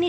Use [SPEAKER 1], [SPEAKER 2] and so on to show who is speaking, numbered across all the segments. [SPEAKER 1] 你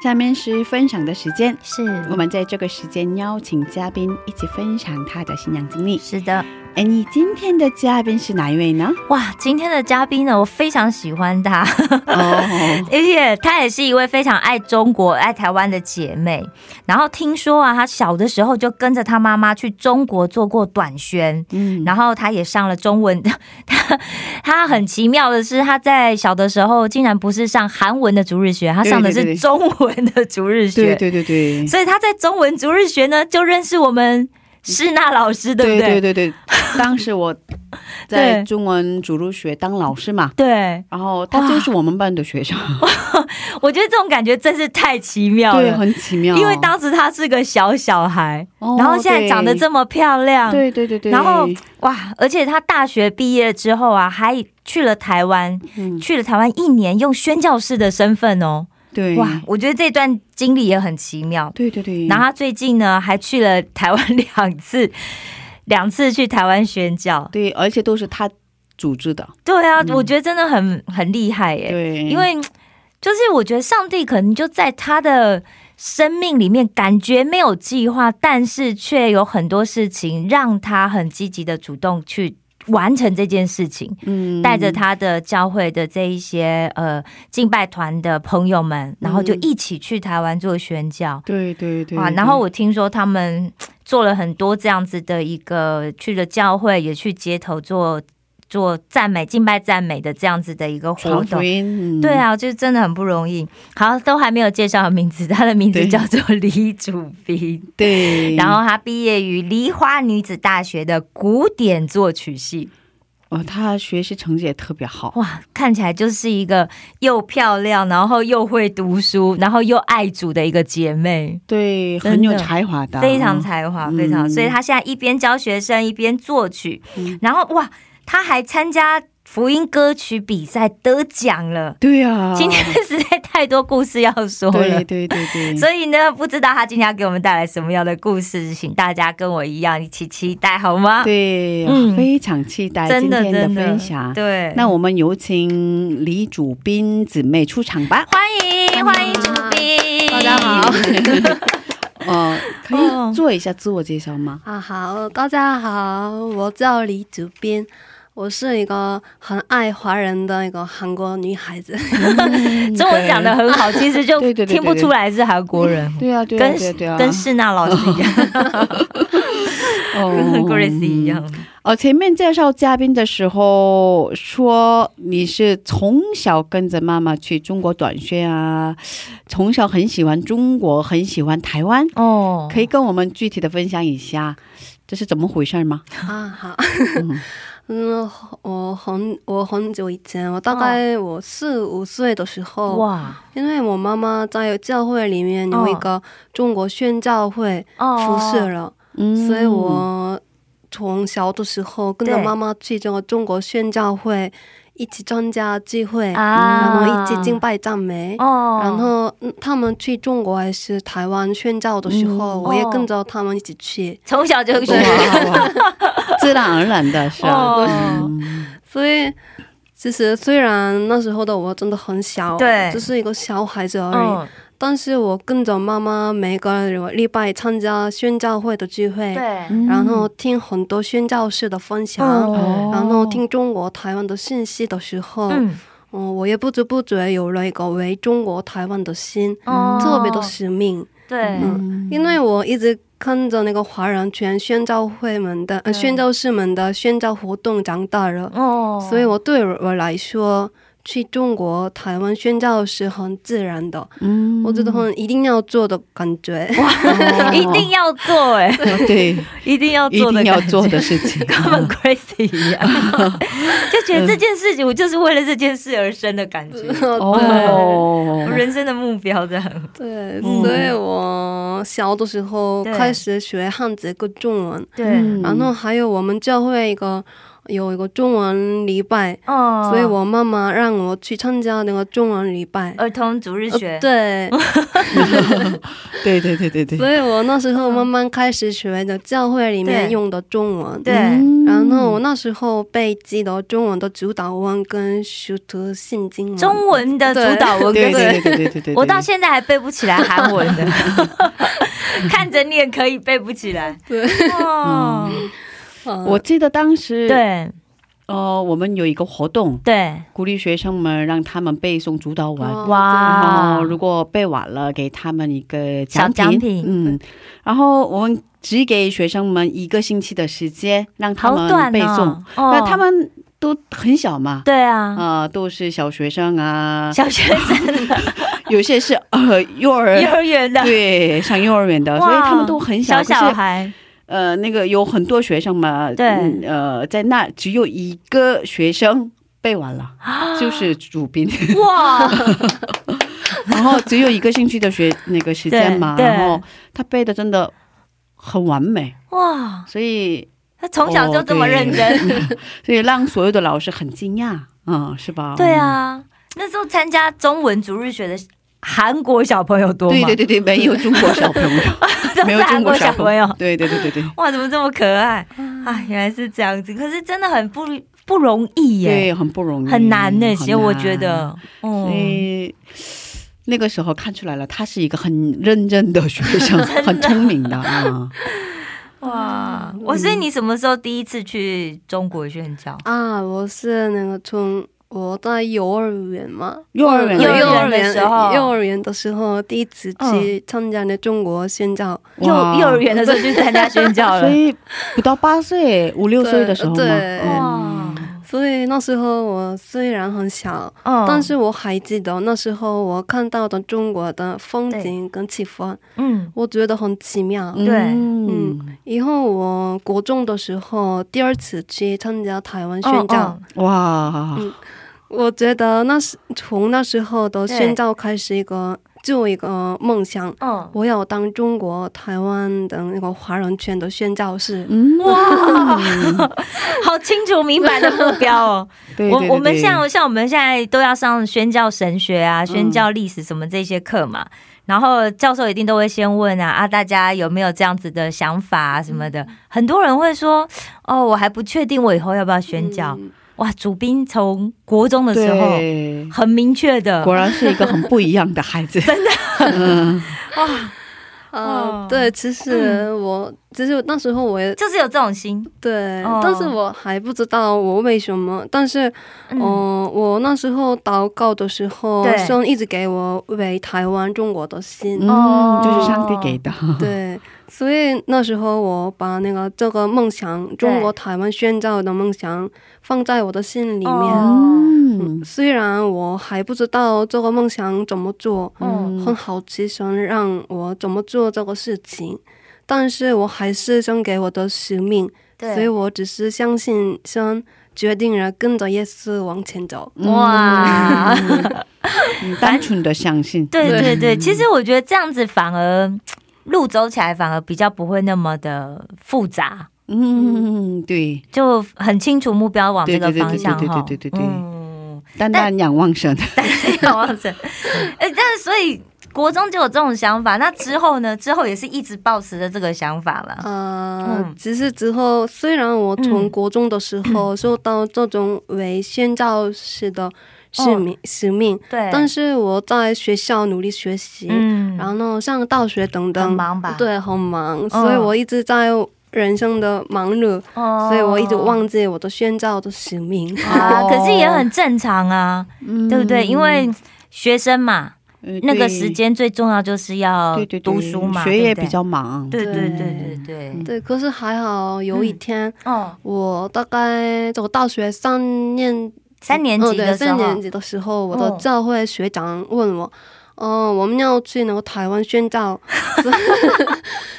[SPEAKER 2] 下面是分享的时间，
[SPEAKER 3] 是
[SPEAKER 2] 我们在这个时间邀请嘉宾一起分享他的信仰经历。
[SPEAKER 3] 是的，
[SPEAKER 2] 哎，你今天的嘉宾是哪一位呢？
[SPEAKER 3] 哇，今天的嘉宾呢，我非常喜欢他，
[SPEAKER 2] 哦，
[SPEAKER 3] 而且她也是一位非常爱中国、爱台湾的姐妹。然后听说啊，她小的时候就跟着她妈妈去中国做过短宣，
[SPEAKER 2] 嗯，
[SPEAKER 3] 然后她也上了中文。 她她很奇妙的是，她在小的时候竟然不是上韩文的逐日学，她上的
[SPEAKER 2] 对对对
[SPEAKER 3] 是中文的逐日
[SPEAKER 2] 对
[SPEAKER 3] 学。
[SPEAKER 2] 对对对，
[SPEAKER 3] 所以她在中文逐日学呢，就认识我们施娜老师，对不对？
[SPEAKER 2] 对对 对，当时我在
[SPEAKER 3] 对
[SPEAKER 2] 中文主入学当老师嘛，
[SPEAKER 3] 对
[SPEAKER 2] 然后他就是我们班的学生，
[SPEAKER 3] 我觉得这种感觉真是太奇妙
[SPEAKER 2] 对，
[SPEAKER 3] 了。
[SPEAKER 2] 很奇妙，
[SPEAKER 3] 因为当时她是个小小孩，
[SPEAKER 2] 哦
[SPEAKER 3] 然后现在长得这么漂亮，
[SPEAKER 2] 对对对对对，
[SPEAKER 3] 然后哇！而且他大学毕业之后啊，还去了台湾，
[SPEAKER 2] 嗯，
[SPEAKER 3] 去了台湾一年，用宣教师的身份哦。
[SPEAKER 2] 对，嗯
[SPEAKER 3] 哇，，我觉得这段经历也很奇妙。
[SPEAKER 2] 对对对，
[SPEAKER 3] 然后他最近呢，还去了台湾两次，两次去台湾宣教。
[SPEAKER 2] 对，而且都是他组织的，
[SPEAKER 3] 对啊，
[SPEAKER 2] 嗯
[SPEAKER 3] 我觉得真的很很厉害耶。
[SPEAKER 2] 对，
[SPEAKER 3] 因为就是我觉得上帝可能就在他的生命里面，感觉没有计划，但是却有很多事情让他很积极的主动去完成这件事情。
[SPEAKER 2] 嗯
[SPEAKER 3] 带着他的教会的这一些呃敬拜团的朋友们，然后就一起去台湾做宣教。
[SPEAKER 2] 对对嗯对
[SPEAKER 3] 啊，
[SPEAKER 2] 对
[SPEAKER 3] 然后我听说他们做了很多这样子的一个去了教会，也去街头做做赞美、敬拜、赞美的这样子的一个活
[SPEAKER 2] 传
[SPEAKER 3] 动
[SPEAKER 2] 福。音，嗯
[SPEAKER 3] 对，啊，就是真的很不容易。好，都还没有介绍名字，他的名字
[SPEAKER 2] 对
[SPEAKER 3] 叫做李祖斌，
[SPEAKER 2] 对，
[SPEAKER 3] 然后他毕业于梨花女子大学的古典作曲系。
[SPEAKER 2] 哦，他学习成绩也特别好，
[SPEAKER 3] 哇，看起来就是一个又漂亮，然后又会读书，然后又爱主的一个姐妹，
[SPEAKER 2] 对，
[SPEAKER 3] 真
[SPEAKER 2] 很有
[SPEAKER 3] 的
[SPEAKER 2] 才华的，
[SPEAKER 3] 非常才华，
[SPEAKER 2] 嗯
[SPEAKER 3] 非常。所以她现在一边教学生，一边作曲，
[SPEAKER 2] 嗯
[SPEAKER 3] 然后哇，她还参加福音歌曲比赛得奖了。
[SPEAKER 2] 对呀，
[SPEAKER 3] 今天实在太多故事要说了
[SPEAKER 2] 啊对。对对对，
[SPEAKER 3] 所以呢，不知道她今天要给我们带来什么样的故事，请大家跟我一样一起期待，好吗？
[SPEAKER 2] 对，
[SPEAKER 3] 嗯
[SPEAKER 2] 非常期待
[SPEAKER 3] 真
[SPEAKER 2] 今
[SPEAKER 3] 的
[SPEAKER 2] 天的
[SPEAKER 3] 真的
[SPEAKER 2] 分享。
[SPEAKER 3] 对，
[SPEAKER 2] 那我们有请李主斌姊妹出场 吧。
[SPEAKER 3] 欢迎欢迎主宾，
[SPEAKER 4] 大家好，
[SPEAKER 2] 哦，可以做一下自我介绍吗？
[SPEAKER 4] 啊，好，大家好，我叫李主编，我是一个很爱华人的一个韩国女孩子。
[SPEAKER 3] 中文讲的很 好，其实就
[SPEAKER 2] 对对对对
[SPEAKER 3] 听不出来是韩国人，
[SPEAKER 2] 对啊，对啊，
[SPEAKER 3] 跟
[SPEAKER 2] 对啊，对啊，
[SPEAKER 3] 跟世娜老师一 样，跟 Grace 一。样。
[SPEAKER 2] 哦，前面介绍嘉宾的时候说你是从小跟着妈妈去中国短宣啊，从小很喜欢中国，很喜欢台湾，
[SPEAKER 3] 哦，
[SPEAKER 2] 可以跟我们具体的分享一下这是怎么回事吗？
[SPEAKER 4] 啊，好，
[SPEAKER 2] 嗯
[SPEAKER 4] 嗯，我很我很久以前，我大概我四五岁的时候，
[SPEAKER 3] 哦哇
[SPEAKER 4] 因为我妈妈在教会里面有一个中国宣教会
[SPEAKER 3] 哦
[SPEAKER 4] 服侍了，
[SPEAKER 2] 嗯
[SPEAKER 4] 所以我从小的时候跟着
[SPEAKER 3] 对
[SPEAKER 4] 妈妈去这个中国宣教会一起参加聚会，然
[SPEAKER 3] 啊，
[SPEAKER 4] 后一起敬拜赞美。
[SPEAKER 3] 哦，
[SPEAKER 4] 然后嗯他们去中国还是台湾宣教的时候，
[SPEAKER 2] 嗯
[SPEAKER 4] 我也
[SPEAKER 3] 哦
[SPEAKER 4] 跟着他们一起去，
[SPEAKER 3] 从小就学
[SPEAKER 2] 哇哇，自然而然的是啊，
[SPEAKER 3] 哦
[SPEAKER 2] 嗯
[SPEAKER 4] 所以其实虽然那时候的我真的很小，
[SPEAKER 3] 对
[SPEAKER 4] 只是一个小孩子而已，
[SPEAKER 3] 嗯，
[SPEAKER 4] 但是我跟着妈妈每个礼拜参加宣教会的聚会，
[SPEAKER 3] 对，
[SPEAKER 2] 嗯
[SPEAKER 4] 然后听很多宣教士的分享。
[SPEAKER 2] 嗯
[SPEAKER 3] 哦
[SPEAKER 4] 然后听中国台湾的信息的时候，嗯，
[SPEAKER 3] 嗯，
[SPEAKER 4] 我也不知不觉有了一个为中国台湾的心，
[SPEAKER 3] 哦
[SPEAKER 4] 特别的使命。
[SPEAKER 3] 对，
[SPEAKER 4] 嗯，因为我一直看着那个华人圈宣教会们的、呃、
[SPEAKER 3] 嗯
[SPEAKER 4] 宣教士们的宣教活动长大了，
[SPEAKER 3] 哦，
[SPEAKER 4] 所以我对我来说，去中国台湾宣教是很自然的，
[SPEAKER 2] 嗯
[SPEAKER 4] 我觉得很一定要做的感觉。
[SPEAKER 2] 哦
[SPEAKER 3] 一定要做哎，
[SPEAKER 2] 对，
[SPEAKER 3] 一定要
[SPEAKER 2] 一
[SPEAKER 3] 做的
[SPEAKER 2] 定要
[SPEAKER 3] 感觉
[SPEAKER 2] 做的事 情，
[SPEAKER 3] 跟我们 Grace 一样， 就觉得这件事情我就是为了这件事而生的感觉，
[SPEAKER 2] 哦
[SPEAKER 3] 我，人生的目标这样。
[SPEAKER 4] 对，
[SPEAKER 2] 嗯
[SPEAKER 4] 所以我小的时候
[SPEAKER 3] 对嗯
[SPEAKER 4] 开始学汉字跟中文，
[SPEAKER 3] 对
[SPEAKER 2] 嗯
[SPEAKER 4] 然后还有我们教会一个有一个中文礼拜，
[SPEAKER 3] 哦，
[SPEAKER 4] 所以我妈妈让我去参加那个中文礼拜。
[SPEAKER 3] 儿童逐日
[SPEAKER 4] 呃
[SPEAKER 3] 学，
[SPEAKER 4] 对，
[SPEAKER 2] 对对对对对，
[SPEAKER 4] 所以我那时候慢慢开始学的教会里
[SPEAKER 3] 嗯
[SPEAKER 4] 面
[SPEAKER 3] 对
[SPEAKER 4] 用的中文。
[SPEAKER 3] 对
[SPEAKER 2] 嗯
[SPEAKER 4] 然后我那时候被记得中文的主导文跟熟读信经文。
[SPEAKER 3] 中文的主导文
[SPEAKER 2] 对
[SPEAKER 3] 跟
[SPEAKER 2] 对对对对对对，
[SPEAKER 3] 我到现在还背不起来韩文 的，看着念可以背不 起来。
[SPEAKER 4] 对，
[SPEAKER 3] 哦，
[SPEAKER 4] 嗯
[SPEAKER 2] 我记得当时，
[SPEAKER 3] 对
[SPEAKER 2] 呃，我们有一个活动，
[SPEAKER 3] 对，
[SPEAKER 2] 鼓励学生们让他们背诵主导文。
[SPEAKER 4] 哦
[SPEAKER 2] 然
[SPEAKER 3] 哇
[SPEAKER 2] 后，如果背完了，给他们一个
[SPEAKER 3] 啊小
[SPEAKER 2] 奖品，
[SPEAKER 3] 奖品
[SPEAKER 2] 嗯，然后我们只给学生们一个星期的时间，让他
[SPEAKER 3] 好
[SPEAKER 2] 们
[SPEAKER 3] 短
[SPEAKER 2] 背诵
[SPEAKER 3] 哦。，
[SPEAKER 2] 那、
[SPEAKER 3] 哦
[SPEAKER 2] 他们都很小嘛，
[SPEAKER 3] 对啊，
[SPEAKER 2] 啊、都是小学生啊，
[SPEAKER 3] 小学生的
[SPEAKER 2] 有些是呃幼
[SPEAKER 3] 幼
[SPEAKER 2] 儿，
[SPEAKER 3] 儿园的，
[SPEAKER 2] 对，上幼儿园的，
[SPEAKER 3] 哇
[SPEAKER 2] 所以他们都很
[SPEAKER 3] 小
[SPEAKER 2] 可
[SPEAKER 3] 小
[SPEAKER 2] 是
[SPEAKER 3] 孩，
[SPEAKER 2] 呃，那个有很多学生嘛，
[SPEAKER 3] 对
[SPEAKER 2] 嗯呃，在那只有一个学生背完 了，就是主宾，
[SPEAKER 3] 哇，
[SPEAKER 2] 然后只有一个星期的学那个时间嘛，
[SPEAKER 3] 对对
[SPEAKER 2] 然后他背的真的很完美，
[SPEAKER 3] 哇，
[SPEAKER 2] 所以
[SPEAKER 3] 他从小就这么认
[SPEAKER 2] 哦
[SPEAKER 3] 真，
[SPEAKER 2] 所以让所有的老师很惊讶，嗯，是吧？
[SPEAKER 3] 对啊。那时候参加中文逐日学的韩国小朋友
[SPEAKER 2] 嗯。
[SPEAKER 3] 多吗？
[SPEAKER 2] 对对对对，没有中国小朋友，
[SPEAKER 3] 都
[SPEAKER 2] 没
[SPEAKER 3] 是
[SPEAKER 2] 有
[SPEAKER 3] 韩
[SPEAKER 2] 中国
[SPEAKER 3] 国啊小朋友。
[SPEAKER 2] 对对对对对，
[SPEAKER 3] 哇，怎么这么可爱
[SPEAKER 2] 嗯
[SPEAKER 3] 啊！原来是这样子，可是真的很不不容易耶，
[SPEAKER 2] 对，很不容易，
[SPEAKER 3] 很难呢。
[SPEAKER 2] 很
[SPEAKER 3] 其实我觉
[SPEAKER 2] 难
[SPEAKER 3] 得，
[SPEAKER 2] 所
[SPEAKER 3] 嗯，
[SPEAKER 2] 以那个时候看出来了，他是一个很认真的学 生，很聪明的啊。
[SPEAKER 3] 哇，
[SPEAKER 2] 嗯
[SPEAKER 3] 我所以你什么时候第一次去中国宣教？
[SPEAKER 4] 啊，我是那个从我在幼儿园嘛，
[SPEAKER 2] 幼儿园
[SPEAKER 4] 幼
[SPEAKER 2] 幼
[SPEAKER 3] 儿
[SPEAKER 4] 儿
[SPEAKER 3] 园的
[SPEAKER 4] 园
[SPEAKER 3] 时候
[SPEAKER 4] 幼儿园的时候第一次
[SPEAKER 2] 嗯
[SPEAKER 4] 去参加那中国宣教，
[SPEAKER 3] 幼
[SPEAKER 2] 哇
[SPEAKER 3] 幼儿园的时候去参加宣教了
[SPEAKER 2] 所，以不到八岁，五六岁的时候嘛，
[SPEAKER 4] 对
[SPEAKER 3] 哇
[SPEAKER 2] 嗯，
[SPEAKER 4] 所以那时候我虽然很小，
[SPEAKER 3] 嗯
[SPEAKER 4] 但是我还记得那时候我看到的中国的风景跟气氛，
[SPEAKER 3] 嗯，
[SPEAKER 4] 我觉得很奇妙。
[SPEAKER 3] 对
[SPEAKER 2] 嗯，
[SPEAKER 4] 以后我国中的时候第二次去参加台湾宣
[SPEAKER 2] 嗯
[SPEAKER 4] 教，
[SPEAKER 3] 哦，
[SPEAKER 2] 哇，
[SPEAKER 4] 我觉得那是从那时候的宣教开始一个就一个梦想。
[SPEAKER 3] 哦嗯，
[SPEAKER 4] 我要当中国台湾的那个华人圈的宣教士。
[SPEAKER 2] 嗯，
[SPEAKER 3] 哇， 好清楚明白的目标哦。
[SPEAKER 2] 对，对
[SPEAKER 3] 我
[SPEAKER 2] 对
[SPEAKER 3] 我们
[SPEAKER 2] 对嗯
[SPEAKER 3] 像像我们现在都要上宣教神学啊、宣教历史什么这些课嘛，然后教授一定都会先问啊啊，大家有没有这样子的想法啊什么的？很多人会说哦，我还不确定我以后要不要宣教。
[SPEAKER 4] 嗯
[SPEAKER 3] 哇，主宾从国中的时候
[SPEAKER 2] 对，
[SPEAKER 3] 很明确的，
[SPEAKER 2] 果然是一个很不一样的 孩子，真的，嗯，
[SPEAKER 4] 啊
[SPEAKER 3] 哦，嗯
[SPEAKER 4] 对，其实我其实那时候我也
[SPEAKER 3] 就是有这种心。
[SPEAKER 4] 对
[SPEAKER 3] 哦，
[SPEAKER 4] 但是我还不知道我为什么。但是，
[SPEAKER 3] 嗯，
[SPEAKER 4] 嗯，我那时候祷告的时候
[SPEAKER 3] 对，
[SPEAKER 4] 神一直给我为台湾、中国的心。
[SPEAKER 2] 嗯，
[SPEAKER 3] 哦
[SPEAKER 2] 就是上帝给的，
[SPEAKER 4] 对，所以那时候我把那个这个梦想，中国台湾宣教的梦想放在我的心里面。
[SPEAKER 3] 哦
[SPEAKER 2] 嗯，
[SPEAKER 4] 虽然我还不知道这个梦想怎么做，
[SPEAKER 3] 嗯
[SPEAKER 4] 很好奇神让我怎么做这个事情，但是我还是想给我的使命，
[SPEAKER 3] 对，
[SPEAKER 4] 所以我只是相信神决定了跟着耶稣往前走。
[SPEAKER 3] 哦哇，
[SPEAKER 2] 嗯单纯的相信，
[SPEAKER 3] 对
[SPEAKER 4] 对
[SPEAKER 3] 对对，其实我觉得这样子反而路走起来反而比较不会那么的复杂。
[SPEAKER 2] 嗯，对，
[SPEAKER 3] 就很清楚目标往这个方向
[SPEAKER 2] 对对
[SPEAKER 3] 哈。
[SPEAKER 2] 对对对对对对
[SPEAKER 3] 嗯，
[SPEAKER 2] 单单仰望神，
[SPEAKER 3] 仰望神。 哎，但是所以国中就有这种想法，那之后呢？之后也是一直抱持着这个想法嘛。
[SPEAKER 4] 呃，
[SPEAKER 3] 嗯
[SPEAKER 4] 只是之后，虽然我
[SPEAKER 3] 嗯
[SPEAKER 4] 从国中的时候受到这种为宣教士的使命、使命，
[SPEAKER 3] 哦对，
[SPEAKER 4] 但
[SPEAKER 3] 是
[SPEAKER 4] 是我在学校努力学习，
[SPEAKER 3] 嗯，
[SPEAKER 4] 然后上大学等等，
[SPEAKER 3] 很忙吧？，嗯
[SPEAKER 4] 对，很忙，所以我一直在人生的忙碌，
[SPEAKER 3] 哦
[SPEAKER 4] 所以我一直忘记我的宣教的使命。
[SPEAKER 2] 哦
[SPEAKER 3] 啊，可是也很正常啊，
[SPEAKER 4] 嗯
[SPEAKER 3] 对不对？因为学生嘛，
[SPEAKER 2] 呃
[SPEAKER 3] 那个时。间最重要就是要
[SPEAKER 2] 对对对对，
[SPEAKER 3] 读书嘛，
[SPEAKER 2] 学业
[SPEAKER 3] 对不对
[SPEAKER 2] 比较嗯忙。
[SPEAKER 3] 对对对
[SPEAKER 4] 对
[SPEAKER 3] 对对，
[SPEAKER 4] 对，可是还好有一
[SPEAKER 3] 嗯
[SPEAKER 4] 天，
[SPEAKER 3] 哦，
[SPEAKER 4] 我大概走大学三年
[SPEAKER 3] 三年
[SPEAKER 4] 哦，
[SPEAKER 3] 级
[SPEAKER 4] 对，
[SPEAKER 3] 的时
[SPEAKER 4] 三
[SPEAKER 3] 候
[SPEAKER 4] 年，级的时候，我
[SPEAKER 3] 哦
[SPEAKER 4] 的教会学长问我，嗯、我们要去那个台湾 宣教，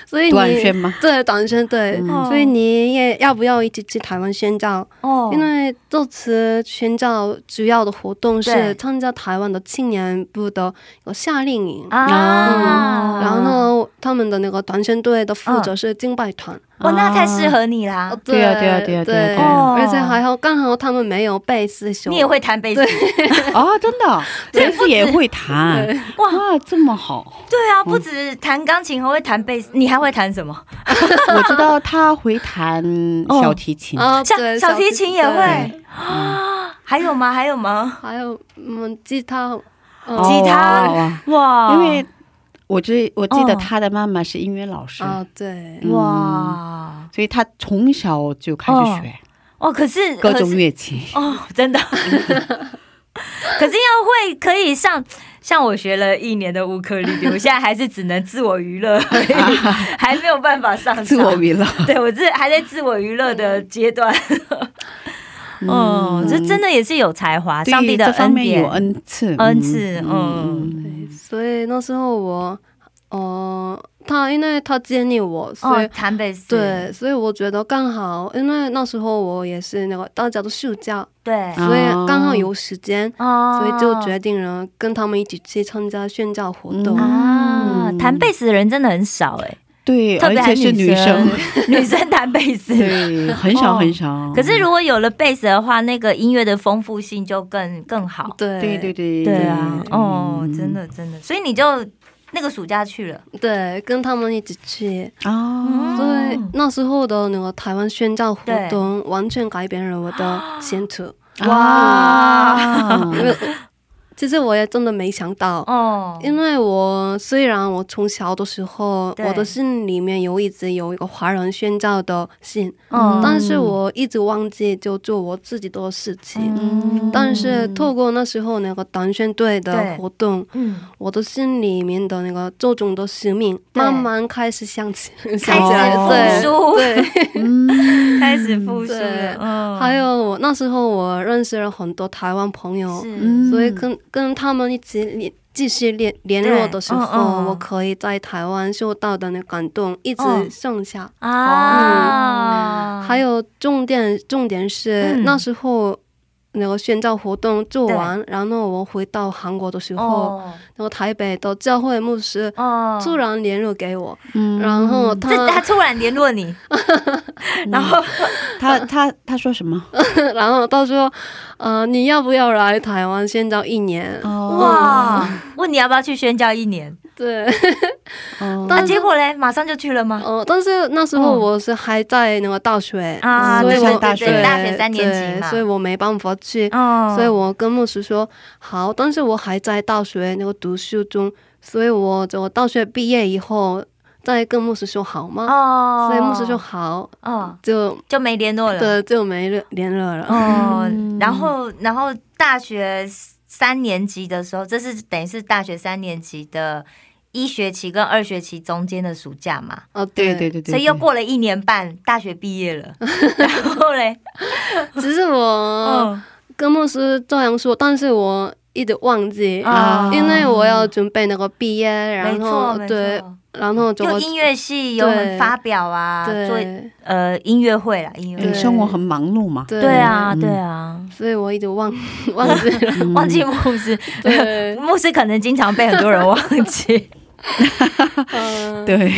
[SPEAKER 4] 所以所
[SPEAKER 2] 短
[SPEAKER 4] 以
[SPEAKER 2] 宣
[SPEAKER 4] 你
[SPEAKER 2] 吗？
[SPEAKER 4] 对短宣对、
[SPEAKER 3] 哦
[SPEAKER 4] 所以你也要不要一起去台湾宣教？
[SPEAKER 3] 哦，
[SPEAKER 4] 因为这次宣教主要的活动
[SPEAKER 3] 对
[SPEAKER 4] 是参加台湾的青年部的有夏令营。
[SPEAKER 3] 啊，啊
[SPEAKER 4] 然后他们的那个短宣队的负责是敬拜团，
[SPEAKER 3] 哇，哦那太适合你啦
[SPEAKER 4] 哦！
[SPEAKER 2] 对啊对啊对啊对啊对
[SPEAKER 3] 啊
[SPEAKER 4] 而且还好，刚好他们没有贝斯手，
[SPEAKER 3] 你也会弹贝斯，
[SPEAKER 2] 啊，真的，贝斯也会弹，
[SPEAKER 3] 哇，
[SPEAKER 2] 哇，这么好！
[SPEAKER 3] 对啊，不止弹钢琴，还会弹贝斯，你还会弹什么？
[SPEAKER 2] 我知道他会弹小提琴，
[SPEAKER 4] 啊，
[SPEAKER 3] 像
[SPEAKER 4] 对
[SPEAKER 3] 小提琴也
[SPEAKER 4] 对
[SPEAKER 3] 会啊？ 还有吗？还有吗？
[SPEAKER 4] 还有嗯，吉他，
[SPEAKER 2] 哦
[SPEAKER 4] 哦
[SPEAKER 3] 吉他
[SPEAKER 2] 哇
[SPEAKER 3] 哇，
[SPEAKER 2] 因为我记我记得
[SPEAKER 3] 哦
[SPEAKER 2] 他的妈妈是音乐老师，
[SPEAKER 4] 啊，对，
[SPEAKER 3] 哇
[SPEAKER 2] 所以他从小就开始学
[SPEAKER 3] 哦，可是
[SPEAKER 2] 各
[SPEAKER 3] 可
[SPEAKER 2] 种
[SPEAKER 3] 是
[SPEAKER 2] 乐器。
[SPEAKER 3] 哦，真的。可是要会可以上，像我学了一年的乌克丽丽，我现在还是只能自我娱乐而已， 还没有办法上场
[SPEAKER 2] 自我娱乐，
[SPEAKER 3] 对我这还在自我娱乐的阶段。 哦，这真的也是有才华， 上帝的
[SPEAKER 2] 对这方
[SPEAKER 3] 恩
[SPEAKER 2] 面有
[SPEAKER 3] 典。
[SPEAKER 2] 恩赐，
[SPEAKER 3] 恩赐嗯
[SPEAKER 4] 对所以那时候我，呃，他因为他建议我，所
[SPEAKER 3] 哦
[SPEAKER 4] 以，。
[SPEAKER 3] 弹贝斯，
[SPEAKER 4] 对，所以我觉得刚好，因为那时候我也是那个大家都休假，
[SPEAKER 3] 对，
[SPEAKER 2] 哦
[SPEAKER 4] 所以刚好有时间，
[SPEAKER 3] 哦，
[SPEAKER 4] 所以就决定了跟他们一起去参加宣教活动。
[SPEAKER 2] 嗯
[SPEAKER 3] 啊，弹贝斯的人真的很少哎、
[SPEAKER 2] 对，
[SPEAKER 3] 特
[SPEAKER 2] 而
[SPEAKER 3] 别还
[SPEAKER 2] 且是
[SPEAKER 3] 女
[SPEAKER 2] 女生，，
[SPEAKER 3] 女生弹贝斯。
[SPEAKER 2] 对，很少
[SPEAKER 3] 哦
[SPEAKER 2] 很少。
[SPEAKER 3] 可是如果有了贝斯的话，那个音乐的丰富性就更更好。
[SPEAKER 4] 对
[SPEAKER 2] 对对对
[SPEAKER 3] 对啊，哦，
[SPEAKER 2] 嗯
[SPEAKER 3] 真的真的，所以你就那个暑假去了，
[SPEAKER 4] 对，跟他们一起去，
[SPEAKER 2] 哦，
[SPEAKER 4] 所以
[SPEAKER 3] 嗯
[SPEAKER 4] 那时候的那个台湾宣教活动完全改变了我的前途，
[SPEAKER 2] 哦
[SPEAKER 3] 哇
[SPEAKER 2] 嗯
[SPEAKER 4] 因为其实我也真的没想到，
[SPEAKER 3] 哦，
[SPEAKER 4] 因为我虽然我从小的时候，
[SPEAKER 3] 对
[SPEAKER 4] 我的信里面有一直有一个华人宣教的信，
[SPEAKER 3] 嗯
[SPEAKER 4] 但是我一直忘记就做我自己的事
[SPEAKER 3] 嗯
[SPEAKER 4] 情。
[SPEAKER 2] 嗯
[SPEAKER 4] 但是透过那时候那个短宣队
[SPEAKER 3] 对
[SPEAKER 4] 的活动，
[SPEAKER 3] 嗯，
[SPEAKER 4] 我的心里面的那个这种的使命
[SPEAKER 3] 对
[SPEAKER 4] 慢慢开始想起，
[SPEAKER 3] 开
[SPEAKER 4] 想起来，
[SPEAKER 3] 始
[SPEAKER 4] 哦对
[SPEAKER 3] 复苏，
[SPEAKER 4] 对。
[SPEAKER 2] 嗯
[SPEAKER 3] 开始复苏
[SPEAKER 4] 对
[SPEAKER 3] 了，嗯，
[SPEAKER 4] 还有我那时候我认识了很多台湾朋友，
[SPEAKER 2] 嗯
[SPEAKER 3] 是
[SPEAKER 4] 所以跟跟他们一起联继续联联络的时候，
[SPEAKER 3] 嗯对嗯嗯
[SPEAKER 4] 我可以在台湾受到的那感动一直
[SPEAKER 3] 嗯
[SPEAKER 4] 剩下。
[SPEAKER 3] 啊，
[SPEAKER 4] 嗯还有重点重点是、
[SPEAKER 3] 嗯
[SPEAKER 4] 那时候那个宣教活动做完，然后我回到韩国的时候，
[SPEAKER 3] 哦
[SPEAKER 4] 那个台北的教会牧师。
[SPEAKER 3] 哦，
[SPEAKER 4] 突然联络给我，
[SPEAKER 2] 嗯，
[SPEAKER 4] 然后他
[SPEAKER 3] 这他突然联络你，然后
[SPEAKER 2] 他他他说什么？
[SPEAKER 4] 然后他说，呃，你要不要来台湾宣教一年？
[SPEAKER 3] 哇，问你要不要去宣教一年，
[SPEAKER 4] 对，
[SPEAKER 2] 哦
[SPEAKER 3] 啊，
[SPEAKER 4] 但是
[SPEAKER 3] 嗯结果嘞，马上就去了吗？
[SPEAKER 4] 哦，但是那时候我是还在那个大学
[SPEAKER 3] 啊
[SPEAKER 4] 所以
[SPEAKER 2] 对
[SPEAKER 4] 我
[SPEAKER 2] 大学
[SPEAKER 4] 对
[SPEAKER 3] 大学三年级嘛
[SPEAKER 4] 对所以我没办法去，
[SPEAKER 3] 哦
[SPEAKER 4] 所以我跟牧师说好，但是我还在大学那个读书中，所以我就大学毕业以后再跟牧师说好吗？
[SPEAKER 3] 哦，
[SPEAKER 4] 所以牧师说好，
[SPEAKER 3] 哦，
[SPEAKER 4] 就
[SPEAKER 3] 就没联络了，
[SPEAKER 4] 对嗯就没了联络了。
[SPEAKER 3] 哦，然后然后大学三年级的时候，这是等于是大学三年级的一学期跟二学期中间的暑假嘛，
[SPEAKER 4] 哦，
[SPEAKER 2] 对对对对，
[SPEAKER 3] 所以又过了一年半，大学毕业 了，然后嘞，
[SPEAKER 4] 只是我
[SPEAKER 3] 嗯
[SPEAKER 4] 跟牧师这样说，但是我一直忘记。
[SPEAKER 3] 啊
[SPEAKER 4] 因为我要准备那个毕业，
[SPEAKER 3] 没
[SPEAKER 4] 然
[SPEAKER 3] 错
[SPEAKER 4] 后
[SPEAKER 3] 没
[SPEAKER 4] 对，
[SPEAKER 3] 错，
[SPEAKER 4] 然后就
[SPEAKER 3] 就
[SPEAKER 4] 我
[SPEAKER 3] 音乐系有很
[SPEAKER 4] 对
[SPEAKER 3] 发表啊，做
[SPEAKER 4] 对，
[SPEAKER 3] 呃音乐会啦，音乐
[SPEAKER 2] 对
[SPEAKER 3] 会。
[SPEAKER 2] 哎生活很忙碌嘛，
[SPEAKER 4] 对
[SPEAKER 3] 对啊，
[SPEAKER 2] 嗯
[SPEAKER 3] 对啊，
[SPEAKER 4] 所以我一 直忘忘记了。
[SPEAKER 2] 嗯
[SPEAKER 3] 忘记牧师，
[SPEAKER 4] 对，
[SPEAKER 3] 牧师可能经常被很多人忘 记。
[SPEAKER 4] 嗯、
[SPEAKER 2] 对，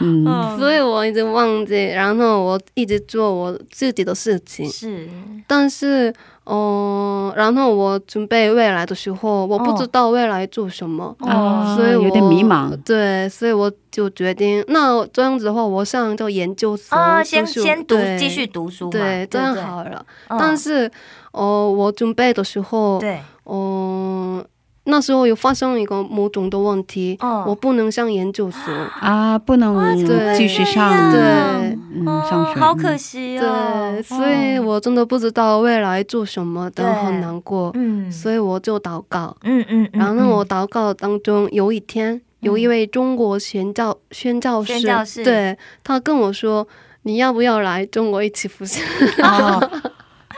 [SPEAKER 2] 嗯，
[SPEAKER 3] 嗯，
[SPEAKER 4] 所以我一直忘记，然后我一直做我自己的事情。
[SPEAKER 3] 是
[SPEAKER 4] 但是，哦、然后我准备未来的时候，我不知道未来做什么，
[SPEAKER 3] 哦
[SPEAKER 2] 啊
[SPEAKER 4] 哦所以我
[SPEAKER 2] 有点迷茫。
[SPEAKER 4] 对，所以我就决定，那这样子的话，我上就研究生
[SPEAKER 3] 啊，先
[SPEAKER 4] 就是
[SPEAKER 3] 先读
[SPEAKER 4] 对
[SPEAKER 3] 继续读书嘛，
[SPEAKER 4] 对，这
[SPEAKER 3] 不
[SPEAKER 4] 样
[SPEAKER 3] 对
[SPEAKER 4] 好了。
[SPEAKER 3] 嗯
[SPEAKER 4] 但是，哦、我准备的时候，
[SPEAKER 3] 对，
[SPEAKER 4] 嗯、那时候有发生一个某种的问题，
[SPEAKER 3] 哦
[SPEAKER 4] 我不能上研究所。
[SPEAKER 2] 啊，不能
[SPEAKER 4] 对
[SPEAKER 2] 继续上
[SPEAKER 4] 对
[SPEAKER 2] 嗯
[SPEAKER 3] 哦
[SPEAKER 2] 上学，
[SPEAKER 3] 好可惜哦。
[SPEAKER 4] 对，
[SPEAKER 3] 哦
[SPEAKER 4] 所以我真的不知道未来做什么的，
[SPEAKER 3] 对
[SPEAKER 4] 很难过，
[SPEAKER 3] 嗯，
[SPEAKER 4] 所以我就祷告。
[SPEAKER 3] 嗯嗯，嗯
[SPEAKER 4] 然后我
[SPEAKER 3] 嗯
[SPEAKER 4] 祷告当中，有一天有一位中国宣教宣教
[SPEAKER 3] 宣教士
[SPEAKER 4] 士，对他跟我说：“你要不要来中国一起服侍
[SPEAKER 2] 哦，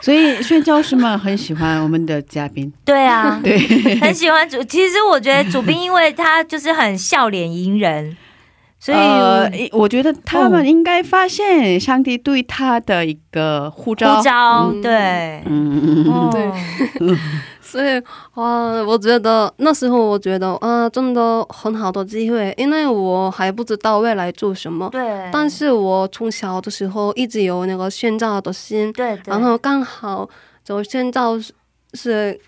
[SPEAKER 2] 所以宣教师们很喜欢我们的嘉 宾，
[SPEAKER 3] 对啊，
[SPEAKER 2] 对，
[SPEAKER 3] 很喜欢主。其实我觉得主宾，因为他就是很笑脸迎人，所以、
[SPEAKER 2] 呃，我觉得他
[SPEAKER 3] 哦
[SPEAKER 2] 们应该发现上帝对他的一个护照。
[SPEAKER 3] 护照、
[SPEAKER 4] 嗯
[SPEAKER 3] 对，
[SPEAKER 2] 嗯，
[SPEAKER 3] 哦
[SPEAKER 4] 对 所以哇，我觉得那时候我觉得啊、真的很好的机会，因为我还不知道未来做什么，
[SPEAKER 3] 对，
[SPEAKER 4] 但是我从小的时候一直有那个宣教的心，
[SPEAKER 3] 对，对
[SPEAKER 4] 然后刚好就宣教是是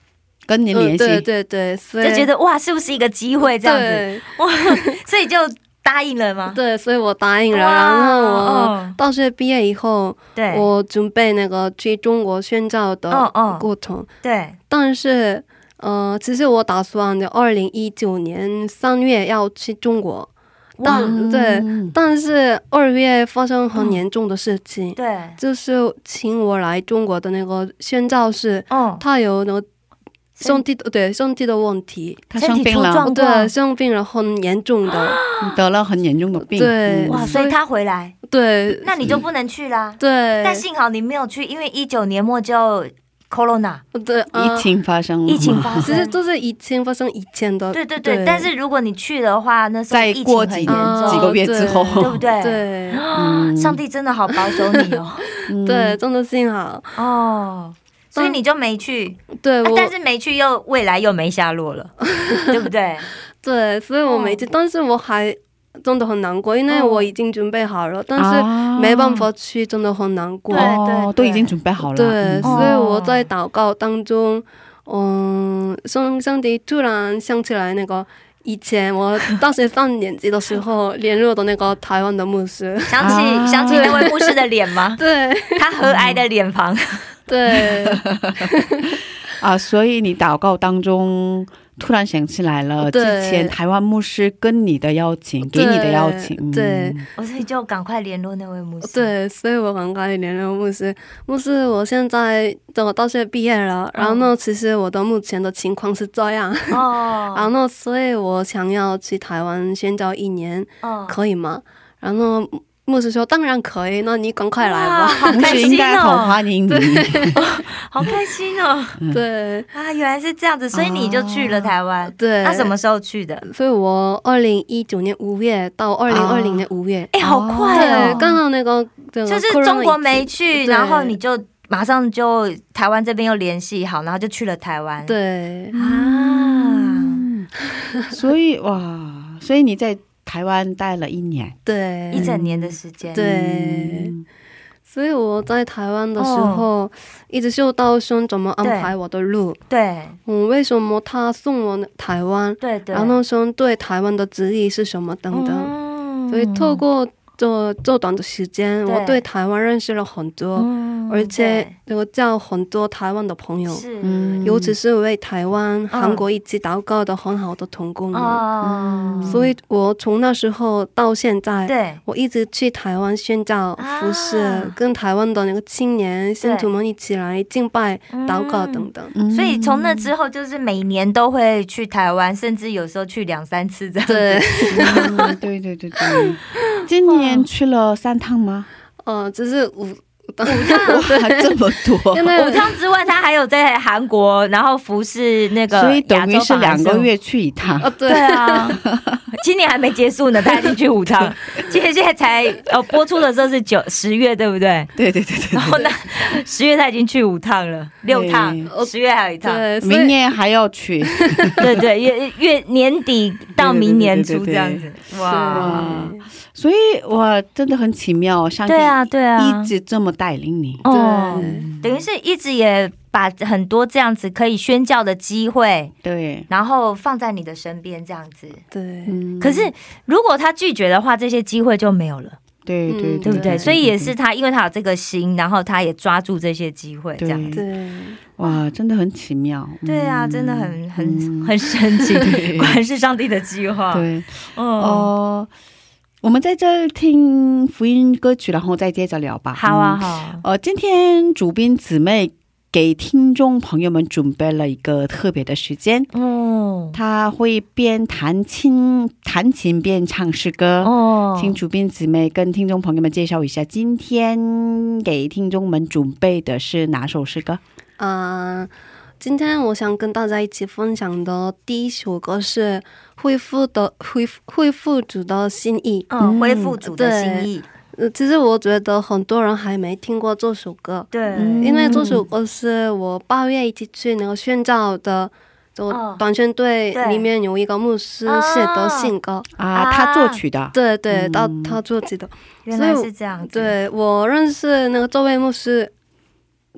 [SPEAKER 2] 跟您联
[SPEAKER 4] 呃、
[SPEAKER 2] 系，
[SPEAKER 4] 对对对，所以
[SPEAKER 3] 就觉得哇，是不是一个机会这样子？
[SPEAKER 4] 对
[SPEAKER 3] 哇， 所以就答应了吗？
[SPEAKER 4] 对，所以我答应了，
[SPEAKER 3] 哇
[SPEAKER 4] 然后我
[SPEAKER 3] 哦
[SPEAKER 4] 大学毕业以后，
[SPEAKER 3] 对，
[SPEAKER 4] 我准备那个去中国宣教的
[SPEAKER 3] 哦哦
[SPEAKER 4] 过程，
[SPEAKER 3] 对，
[SPEAKER 4] 但是，呃，其实我打算的二零一九年三月要去中国，
[SPEAKER 3] 哇嗯
[SPEAKER 4] 但对，
[SPEAKER 2] 嗯
[SPEAKER 4] 但是二月发生很严重的事情，
[SPEAKER 3] 对，
[SPEAKER 4] 就是请我来中国的那个宣教士，
[SPEAKER 3] 哦，
[SPEAKER 4] 他有那个身体的对身体的问题，
[SPEAKER 2] 他生病
[SPEAKER 3] 身体出状
[SPEAKER 2] 了，
[SPEAKER 3] 嗯
[SPEAKER 4] 对生病了很严重
[SPEAKER 3] 啊
[SPEAKER 4] 的，
[SPEAKER 2] 得了很严重的病。
[SPEAKER 4] 对
[SPEAKER 3] 哇，
[SPEAKER 2] 嗯
[SPEAKER 3] 所以他回来，
[SPEAKER 4] 对
[SPEAKER 3] 那你就不能去啦。
[SPEAKER 4] 对，
[SPEAKER 3] 但幸好你没有去，因为一九年末就 corona
[SPEAKER 4] 对
[SPEAKER 2] 嗯疫。
[SPEAKER 4] 啊
[SPEAKER 2] 情发生了，
[SPEAKER 3] 疫情发
[SPEAKER 4] 其实
[SPEAKER 3] 生。
[SPEAKER 4] 都是以前发生以前的，
[SPEAKER 3] 啊对对对，但是如果你去的话，那时候
[SPEAKER 2] 再
[SPEAKER 3] 疫情
[SPEAKER 2] 过
[SPEAKER 3] 很
[SPEAKER 2] 几
[SPEAKER 3] 严
[SPEAKER 2] 年
[SPEAKER 3] 重
[SPEAKER 2] 几个月之后，
[SPEAKER 3] 对不对？
[SPEAKER 4] 对
[SPEAKER 3] 啊
[SPEAKER 2] 嗯
[SPEAKER 3] 上帝真的好保守你哦。
[SPEAKER 2] 嗯
[SPEAKER 4] 对，真的幸好，
[SPEAKER 3] 哦，所以你就没去，
[SPEAKER 4] 对
[SPEAKER 3] 啊
[SPEAKER 4] 哎我
[SPEAKER 3] 但是没去又未来又没下落了，对不对？
[SPEAKER 4] 对，所以我每次，但是我还真的很难过，因为
[SPEAKER 3] 哦
[SPEAKER 4] 我已经准备好了，但是
[SPEAKER 2] 啊
[SPEAKER 4] 没办法去，真的很难过。
[SPEAKER 3] 对
[SPEAKER 2] 哦
[SPEAKER 3] 对
[SPEAKER 2] 都已经准备好了。
[SPEAKER 4] 对，
[SPEAKER 2] 嗯
[SPEAKER 4] 所以我在祷告当中，嗯，上上帝突然想起来那个。以前我大学三年级的时候联络的那个台湾的 牧师，
[SPEAKER 3] 想起、
[SPEAKER 2] 啊
[SPEAKER 3] 想起那位牧师的脸吗？
[SPEAKER 4] 对
[SPEAKER 3] 他和蔼的脸庞，
[SPEAKER 4] 对
[SPEAKER 2] 啊，所以你祷告当中突然想起来了，之
[SPEAKER 4] 对
[SPEAKER 2] 前台湾牧师跟你的邀请，给你的邀请，嗯
[SPEAKER 4] 对
[SPEAKER 3] 我所以就赶快联络那位牧师。，
[SPEAKER 4] 对，所以我很快联络牧师。牧师，我现在等我大学毕业了，
[SPEAKER 3] 嗯
[SPEAKER 4] 然后呢，其实我的目前的情况是这样，
[SPEAKER 3] 哦，
[SPEAKER 4] 然后，所以我想要去台湾宣教一年，
[SPEAKER 3] 哦
[SPEAKER 4] 可以吗？然后牧师说：“当然可以，那你赶快来
[SPEAKER 3] 哇
[SPEAKER 4] 吧。
[SPEAKER 3] 好
[SPEAKER 2] 嗯牧
[SPEAKER 3] 开
[SPEAKER 2] 师应
[SPEAKER 3] 心
[SPEAKER 2] 该好
[SPEAKER 3] 哦，
[SPEAKER 2] 欢迎你。
[SPEAKER 3] 好开心哦！”
[SPEAKER 4] 对
[SPEAKER 3] 啊，原来是这样子，所以你就去了台湾。
[SPEAKER 4] 对，
[SPEAKER 3] 那什么？时候去的？
[SPEAKER 4] 所以我二零一九年五月到二零二零年五月，
[SPEAKER 3] 哎，好快哦！
[SPEAKER 4] 对，刚好那个这个
[SPEAKER 3] 就是中国没去，然后你就马上就台湾这边又联系好，然后就去了台湾。
[SPEAKER 4] 对
[SPEAKER 3] 啊，
[SPEAKER 2] 所以哇，所以你在台湾待了一年，嗯
[SPEAKER 4] 对
[SPEAKER 3] 一整年的时间。
[SPEAKER 4] 对，所以我在台湾的时候，一直受到神怎么安排我的路。
[SPEAKER 3] 对
[SPEAKER 4] 嗯，为什么他送我台湾？
[SPEAKER 3] 对对，
[SPEAKER 4] 然后神对台湾的旨意是什么等等。
[SPEAKER 3] 等
[SPEAKER 4] 所以透过这这短的时间，
[SPEAKER 3] 嗯对
[SPEAKER 4] 我对台湾认识了很多，
[SPEAKER 3] 嗯
[SPEAKER 4] 而且我交很多台湾的朋
[SPEAKER 3] 对
[SPEAKER 4] 友，
[SPEAKER 3] 是
[SPEAKER 2] 嗯
[SPEAKER 4] 尤其是为台湾、韩国一起祷告的很好的同
[SPEAKER 3] 嗯
[SPEAKER 4] 工们。
[SPEAKER 3] 哦，
[SPEAKER 4] 所以我从那时候到现在，
[SPEAKER 3] 对
[SPEAKER 4] 我一直去台湾宣教
[SPEAKER 3] 啊
[SPEAKER 4] 服饰，跟台湾的那个青年信徒们一起来敬拜、祷告等。等。
[SPEAKER 2] 嗯
[SPEAKER 3] 所以从那之后，就是每年都会去台湾，甚至有时候去两三次这样。
[SPEAKER 4] 对，
[SPEAKER 2] 嗯对对对对，今年去了三趟吗？
[SPEAKER 4] 呃，只是五，
[SPEAKER 2] 哇，这么多，
[SPEAKER 4] 因为
[SPEAKER 3] 五趟之外，他还有在韩国，然后服侍那个
[SPEAKER 2] 所以等于
[SPEAKER 3] 亚洲
[SPEAKER 2] 是
[SPEAKER 3] 访
[SPEAKER 2] 两
[SPEAKER 3] 韩
[SPEAKER 2] 个
[SPEAKER 3] 生
[SPEAKER 2] 月去一趟。
[SPEAKER 4] 啊，对
[SPEAKER 3] 对 啊，今年还没结束呢，他已经去五趟。今天现在才呃播出的时候是九十月，对不对？
[SPEAKER 2] 对对对对
[SPEAKER 3] 然后那十月他已经去五趟了，六趟，十月还有一趟，
[SPEAKER 4] 对，
[SPEAKER 2] 对，
[SPEAKER 4] 哦所以
[SPEAKER 2] 明年还要去。
[SPEAKER 3] 对对，月月年底到明年初这样子，
[SPEAKER 2] 啊
[SPEAKER 3] 哇，
[SPEAKER 2] 哇，所以哇，真的很奇妙，上帝
[SPEAKER 3] 对啊对啊
[SPEAKER 2] 一，直这么带领你。
[SPEAKER 3] 哦，
[SPEAKER 4] 对
[SPEAKER 3] 等于是一直也把很多这样子可以宣教的机会，
[SPEAKER 2] 对，
[SPEAKER 3] 然后放在你的身边这样子。
[SPEAKER 4] 对，
[SPEAKER 2] 嗯
[SPEAKER 3] 可是如果他拒绝的话，这些机会就没有了。
[SPEAKER 2] 对对
[SPEAKER 4] 嗯
[SPEAKER 3] 对不对？
[SPEAKER 4] 对
[SPEAKER 3] 所以也是他，因为他有这个心，然后他也抓住这些机会，这
[SPEAKER 2] 对
[SPEAKER 3] 样子。
[SPEAKER 4] 对。
[SPEAKER 2] 哇，真的很奇妙。嗯
[SPEAKER 3] 对啊，真的很很
[SPEAKER 2] 嗯
[SPEAKER 3] 很神 奇，
[SPEAKER 2] 对
[SPEAKER 3] 果然是上帝的计划。
[SPEAKER 2] 对
[SPEAKER 3] 哦，
[SPEAKER 2] 哦。我们在这儿听福音歌曲，然后再接着聊吧。
[SPEAKER 3] 好啊，
[SPEAKER 2] 嗯
[SPEAKER 3] 好啊，
[SPEAKER 2] 呃，今天主编姊妹给听众朋友们准备了一个特别的时间，
[SPEAKER 3] 哦
[SPEAKER 2] 她会边弹琴弹琴边唱诗歌。
[SPEAKER 3] 哦
[SPEAKER 2] 请主编姊妹跟听众朋友们介绍一下，今天给听众们准备的是哪首诗歌？
[SPEAKER 4] 嗯，今天我想跟大家一起分享的第一首歌是《恢复的恢复恢复主的心意》。
[SPEAKER 3] 嗯，恢复主的心意，
[SPEAKER 4] 呃，其实我觉得很多人还没听过这首歌，
[SPEAKER 3] 对，
[SPEAKER 2] 嗯
[SPEAKER 4] 因为这首歌是我八月一起去那个宣教的，就
[SPEAKER 3] 哦
[SPEAKER 4] 短宣队
[SPEAKER 3] 对
[SPEAKER 4] 里面有一个牧师写的信歌，
[SPEAKER 2] 啊，
[SPEAKER 3] 啊
[SPEAKER 2] 他作曲的，
[SPEAKER 4] 对对，他他自己的。
[SPEAKER 3] 原来是这样子，
[SPEAKER 4] 对我认识那个这位牧师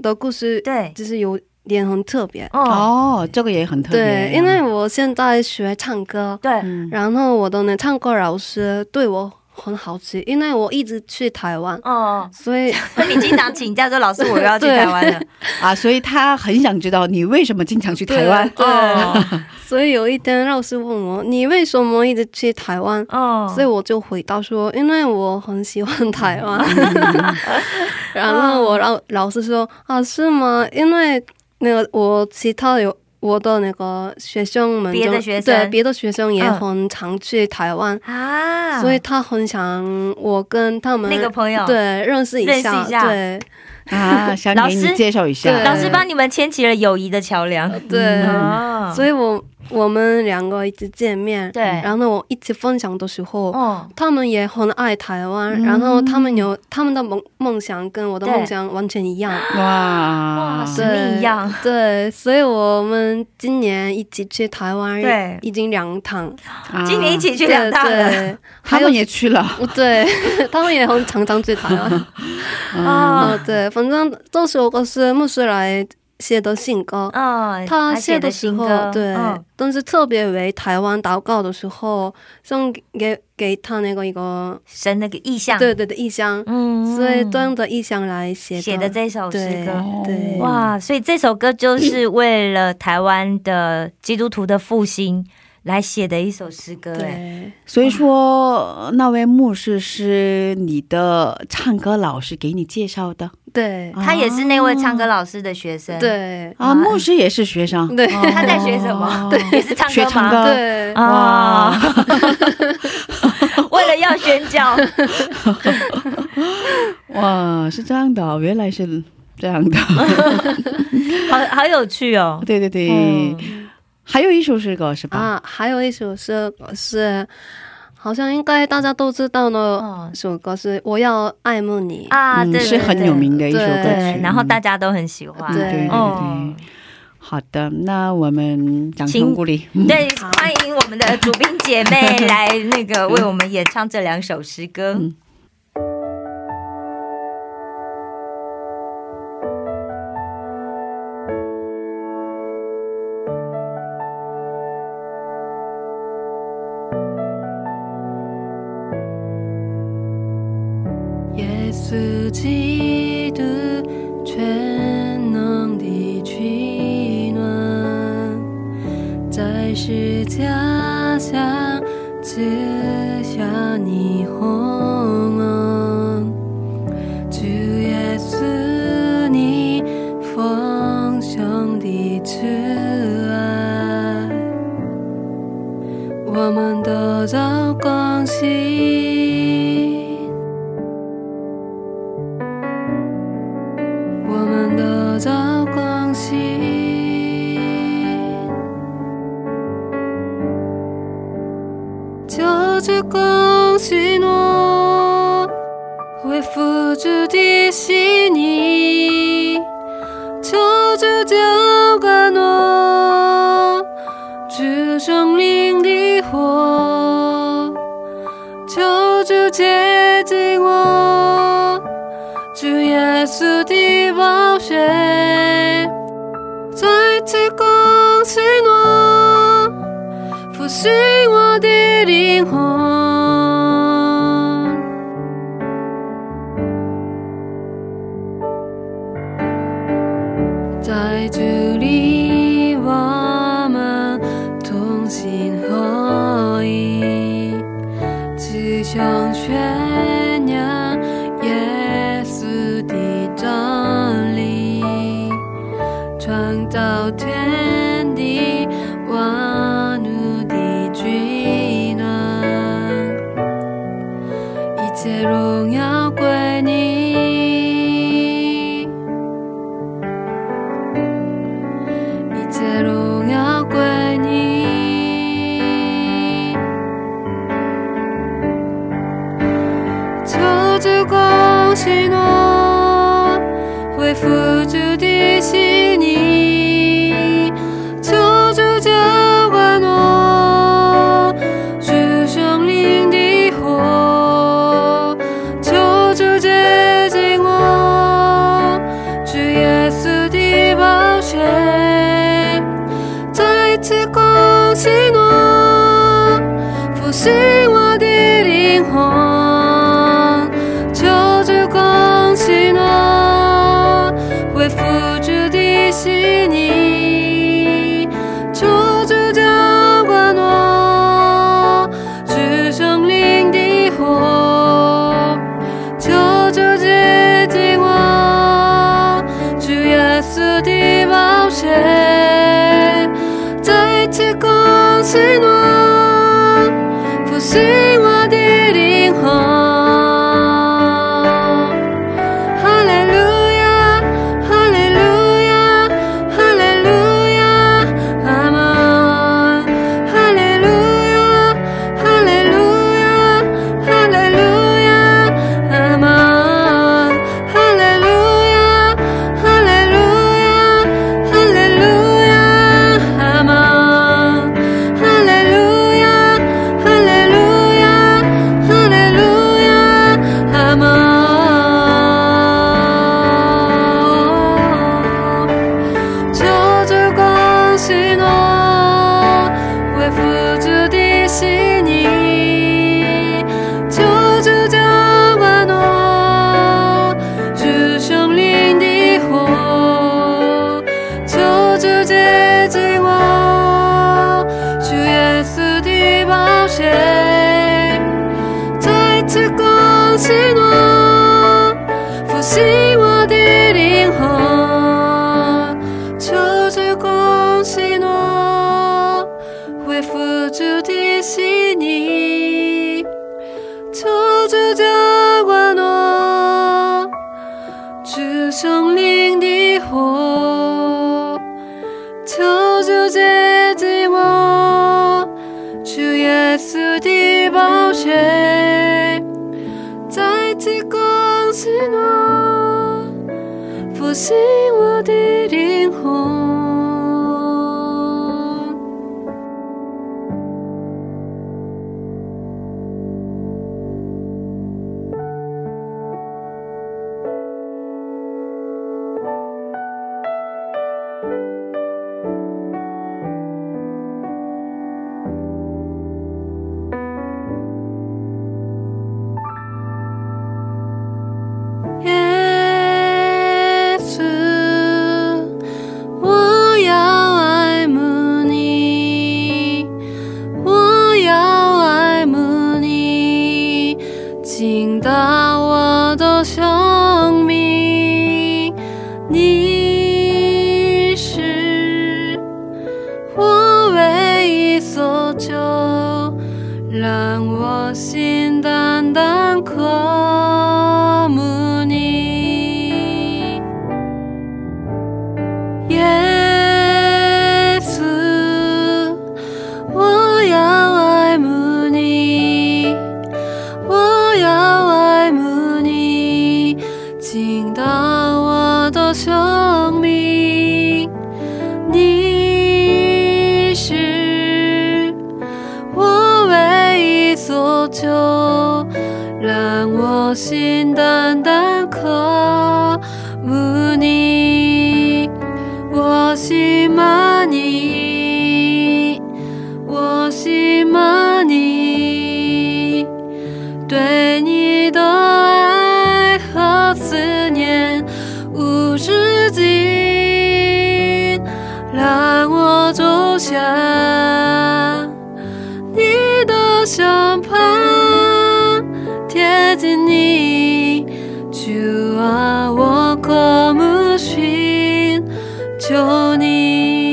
[SPEAKER 4] 的故事，
[SPEAKER 3] 对，
[SPEAKER 4] 就是有点很特别。
[SPEAKER 3] 哦，
[SPEAKER 2] 哦，这个也很特别啊、
[SPEAKER 3] 嗯
[SPEAKER 4] 对，因为我现在学唱歌，
[SPEAKER 3] 对，
[SPEAKER 2] 嗯
[SPEAKER 4] 然后我的那唱歌老师对我很好奇，因为我一直去台湾，
[SPEAKER 3] 哦，
[SPEAKER 4] 所以
[SPEAKER 3] 所以你经常请假说老师我又要去台湾了，
[SPEAKER 2] 啊，所以他很想知道你为什么经常去台湾。
[SPEAKER 4] 对
[SPEAKER 3] 哦
[SPEAKER 4] 所以有一天老师问我，你为什么一直去台湾？
[SPEAKER 3] 哦，
[SPEAKER 4] 所以我就回答说，因为我很喜欢 台湾。然后我老老师说啊，是吗？因为那个我其他有我的那个学生们就，
[SPEAKER 3] 别的学生
[SPEAKER 4] 对别的学生也
[SPEAKER 3] 嗯
[SPEAKER 4] 很常去台湾，
[SPEAKER 3] 啊，
[SPEAKER 4] 所以他很想我跟他们
[SPEAKER 3] 那个朋友，，
[SPEAKER 4] 对认识一
[SPEAKER 3] 认识
[SPEAKER 4] 下，
[SPEAKER 3] 一下
[SPEAKER 4] 对
[SPEAKER 2] 啊，想
[SPEAKER 3] 老
[SPEAKER 2] 给
[SPEAKER 3] 师
[SPEAKER 2] 你介绍一下。
[SPEAKER 4] 对
[SPEAKER 3] 老师帮你们牵起了友谊的桥梁，
[SPEAKER 4] 对。
[SPEAKER 3] 哦，
[SPEAKER 4] 呃所以我我们两个一直见面，
[SPEAKER 3] 对
[SPEAKER 4] 然后我一起分享的时候，
[SPEAKER 3] 哦，
[SPEAKER 4] 他们也很爱台湾，
[SPEAKER 2] 嗯
[SPEAKER 4] 然后他们有他们的梦梦想跟我的
[SPEAKER 3] 对
[SPEAKER 4] 梦想完全一样，
[SPEAKER 2] 哇
[SPEAKER 3] 哇，是
[SPEAKER 4] 对，
[SPEAKER 3] 一样，
[SPEAKER 4] 对，所以我们今年一起去台湾，
[SPEAKER 3] 对
[SPEAKER 4] 已经两趟，
[SPEAKER 2] 啊
[SPEAKER 3] 今年一起去
[SPEAKER 4] 对
[SPEAKER 3] 两趟了。
[SPEAKER 4] 对，
[SPEAKER 2] 他
[SPEAKER 4] 还有
[SPEAKER 2] 们也去了，
[SPEAKER 4] 对， 他们也很常常去台湾，
[SPEAKER 3] 哦
[SPEAKER 4] 啊， 对，反正这首歌是穆斯来写的信歌，
[SPEAKER 3] 嗯，
[SPEAKER 4] 他写
[SPEAKER 3] 的
[SPEAKER 4] 的时
[SPEAKER 3] 新
[SPEAKER 4] 候
[SPEAKER 3] 歌，
[SPEAKER 4] 对，
[SPEAKER 3] 嗯
[SPEAKER 4] 但是特别为台湾祷告的时候，送给给他那个一个
[SPEAKER 3] 神的意象，
[SPEAKER 4] 对对的意象，
[SPEAKER 3] 嗯，嗯，
[SPEAKER 4] 所以端着意象来写的
[SPEAKER 3] 写的这首诗
[SPEAKER 4] 对
[SPEAKER 3] 歌。
[SPEAKER 4] 对
[SPEAKER 3] 哇，所以这首歌就是为了台湾的基督徒的复兴来写的一首诗歌，哎，
[SPEAKER 4] 对
[SPEAKER 2] 所以说那位牧师是你的唱歌老师给你介绍的
[SPEAKER 4] 对
[SPEAKER 3] 他也是那位唱歌老师的学生，，
[SPEAKER 4] 对
[SPEAKER 2] 啊，牧师也是学生，
[SPEAKER 4] 对
[SPEAKER 3] 嗯哦他在学什么？对， 也是唱歌
[SPEAKER 2] 学
[SPEAKER 3] 吗？
[SPEAKER 2] 唱歌
[SPEAKER 4] 对
[SPEAKER 3] 啊， 为了要宣教，
[SPEAKER 2] 哇，是这样的，原来是这样 的，
[SPEAKER 3] 嗯好好有趣哦。
[SPEAKER 2] 对对对，
[SPEAKER 3] 嗯，
[SPEAKER 2] 还有一首诗歌是吧？
[SPEAKER 4] 啊，还有一首诗是。好像应该大家都知道呢
[SPEAKER 3] 嗯，
[SPEAKER 4] 首歌是《我要爱慕你》
[SPEAKER 3] 啊，
[SPEAKER 2] 嗯
[SPEAKER 3] 对，
[SPEAKER 2] 是很有名的一首歌曲，
[SPEAKER 4] 对
[SPEAKER 3] 对，然后大
[SPEAKER 2] 嗯
[SPEAKER 3] 家都很喜欢，
[SPEAKER 2] 对嗯对对
[SPEAKER 4] 对
[SPEAKER 3] 哦，
[SPEAKER 2] 好的，那我们掌
[SPEAKER 3] 请
[SPEAKER 2] 声鼓励，嗯
[SPEAKER 3] 对，欢迎我们的主宾姐妹 来那个为我们演唱这两首诗歌。
[SPEAKER 2] 嗯
[SPEAKER 5] 耶稣基督全能的取暖，在十字架下赐下你红恩。主耶稣，你丰盛的慈爱，我们得到光喜。我们得到光喜。求主恭喜我，为父主的心意，求主浇灌我，主生命的火，求主接近我。主耶稣的宝血，再次恭喜我，复兴我的灵魂。在主里，我们同心合一，只想宣扬。耶稣的真理，创造天地万物的巨能，一切荣耀归你。
[SPEAKER 4] 付出的是你，处处召唤我，是生命的火，处处接近我，主耶稣的宝血，再次恭喜我，复兴我的灵魂。求主恭喜我，会付出的是你，处处浇灌我，是生命的火，求主接近我，主耶稣的宝血，再次恭喜我。复兴我的灵魂。哈利路亚，哈利路亚，哈利路亚，阿门。哈利路亚，哈利路亚，哈利路亚，阿门。哈利路亚，哈利路亚，哈利路亚，阿门。哈利路亚，哈利路亚，哈利路亚，阿门。求主关心我，为付出的是你。求主浇灌我，是生命的火。求主接近我，主耶稣的宝血，再次恭喜我，复兴我的灵魂。求主恭喜我，会付出的是你。求主浇灌我，只剩灵的火，求主接近我，主耶稣的宝血，再次恭喜我，复兴我的灵魂。耶稣，我要爱慕你，我要爱慕你，进到我的生命。你是我唯一所求，让我心单单渴慕你。耶稣，我要爱慕你，我要爱慕你，进到我的生命。你是我唯一所求，让我心单单渴慕你，我心满你，我心满你，对你的爱和思念无止境，让我走下你的身旁，贴近你，主啊，我渴慕寻求你。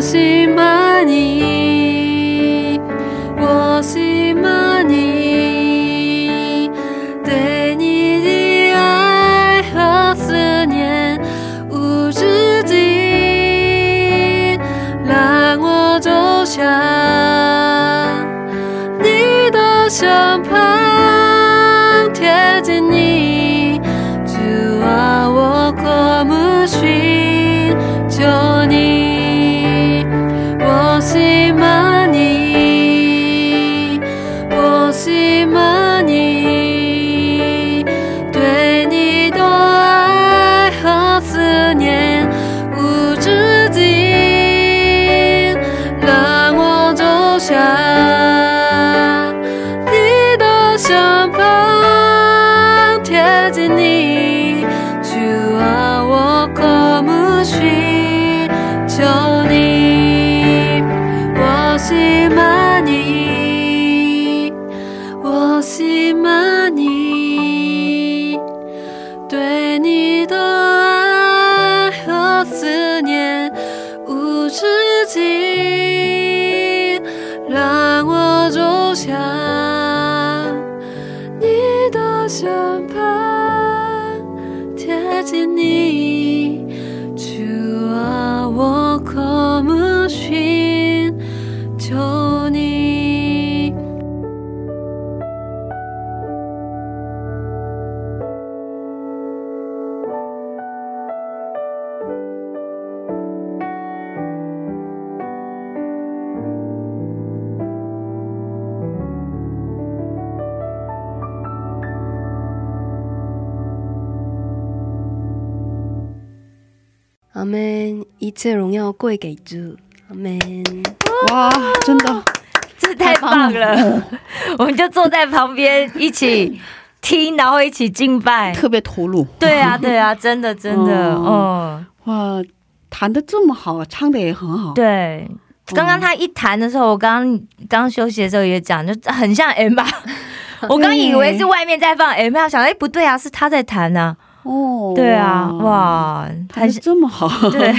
[SPEAKER 4] 喜欢你，我喜欢你，对你的爱和思念无止境，让我走向你的身旁，贴近你，主啊，我渴慕寻求你，我喜欢你，我喜欢你，对你的爱和思念无止境，让我走向你的身旁，贴近你，主啊，我渴慕寻求你，我喜欢你，我喜欢你。对你的爱和思念无止境，让我走向你的身旁，贴近你，主啊，我渴慕寻求你。阿门，一切荣耀归给主。阿门。
[SPEAKER 2] 哇，真的，
[SPEAKER 3] 这太棒了！ 我们就坐在旁边一起听，然后一起敬拜。
[SPEAKER 2] 特别投入。
[SPEAKER 3] 对啊，对啊，真的，真的，哦，
[SPEAKER 2] 哇，弹的这么好，唱的也很好。
[SPEAKER 3] 对。
[SPEAKER 2] 嗯
[SPEAKER 3] 刚刚他一弹的时候，我刚刚休息的时候也讲，就很像 M 吧。我刚以为是外面在放 M，我想哎不对啊，是他在弹呐、
[SPEAKER 2] 哦，
[SPEAKER 3] 对啊，，哇，
[SPEAKER 2] 弹
[SPEAKER 3] 还
[SPEAKER 2] 的
[SPEAKER 3] 是
[SPEAKER 2] 这么好。
[SPEAKER 3] 对，